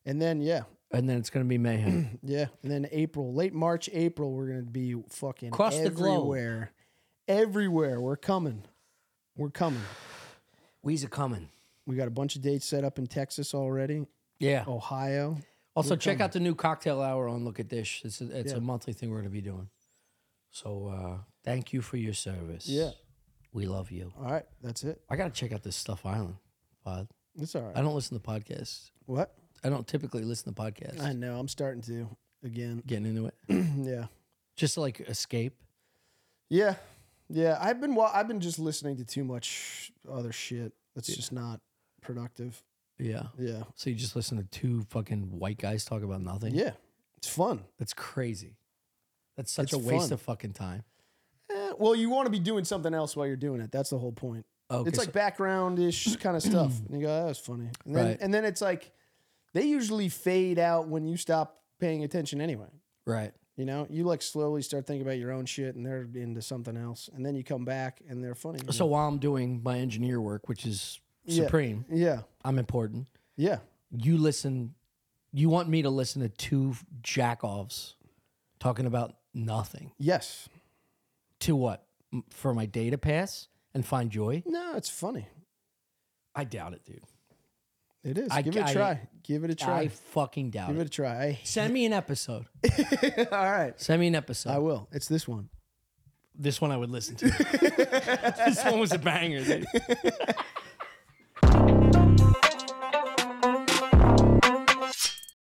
Speaker 1: and then yeah,
Speaker 2: And then it's gonna
Speaker 1: (clears throat)
Speaker 2: be mayhem.
Speaker 1: Yeah, and then April, late March, April, we're gonna be fucking
Speaker 2: Across the globe.
Speaker 1: everywhere. Everywhere, we're coming, we're coming.
Speaker 2: We's a coming.
Speaker 1: We got a bunch of dates set up in Texas already,
Speaker 2: Yeah.
Speaker 1: Oh, Ohio.
Speaker 2: also, check out the new cocktail hour on Look at Dish. It's a, it's
Speaker 1: Yeah.
Speaker 2: a monthly thing we're gonna be doing. So uh, thank you for your service.
Speaker 1: Yeah.
Speaker 2: We love you.
Speaker 1: All right, that's it.
Speaker 2: I gotta check out this Stuff Island pod.
Speaker 1: That's all
Speaker 2: I
Speaker 1: right.
Speaker 2: don't listen to podcasts.
Speaker 1: What?
Speaker 2: I don't typically listen to podcasts.
Speaker 1: I know. I'm starting to again. (clears throat)
Speaker 2: Getting into it.
Speaker 1: yeah,
Speaker 2: just to like escape.
Speaker 1: yeah, yeah. I've been wa- I've been just listening to too much other shit. That's just not productive.
Speaker 2: Yeah.
Speaker 1: Yeah,
Speaker 2: So you just listen to two fucking white guys talk about nothing.
Speaker 1: yeah. It's fun.
Speaker 2: That's crazy. That's such
Speaker 1: It's
Speaker 2: a waste
Speaker 1: fun.
Speaker 2: of fucking time.
Speaker 1: Eh, Yeah. Well, you want to be doing something else while you're doing it. That's the whole point.
Speaker 2: Okay,
Speaker 1: it's like
Speaker 2: so-
Speaker 1: background
Speaker 2: (clears throat)
Speaker 1: ish kind of stuff. And you go, that was funny. And then,
Speaker 2: Right.
Speaker 1: and then it's like they usually fade out when you stop paying attention anyway.
Speaker 2: right.
Speaker 1: You know, you like slowly start thinking about your own shit and they're into something else. And then you come back and they're funny. again.
Speaker 2: So while I'm doing my engineer work, which is
Speaker 1: Yeah.
Speaker 2: supreme,
Speaker 1: yeah.
Speaker 2: I'm important.
Speaker 1: Yeah.
Speaker 2: You listen. You want me to listen to two jack offs talking about nothing.
Speaker 1: Yes.
Speaker 2: To what? M- For my day to pass and find joy?
Speaker 1: No, it's funny.
Speaker 2: I doubt it, dude.
Speaker 1: It is.
Speaker 2: I-
Speaker 1: Give it a
Speaker 2: I-
Speaker 1: try. Give it a
Speaker 2: I
Speaker 1: try.
Speaker 2: fucking doubt
Speaker 1: Give
Speaker 2: it.
Speaker 1: it a (laughs) try.
Speaker 2: Send me an episode.
Speaker 1: I, all right.
Speaker 2: Send me an episode.
Speaker 1: I will. It's this one.
Speaker 2: (laughs) this one I would listen to. this one was a banger, dude.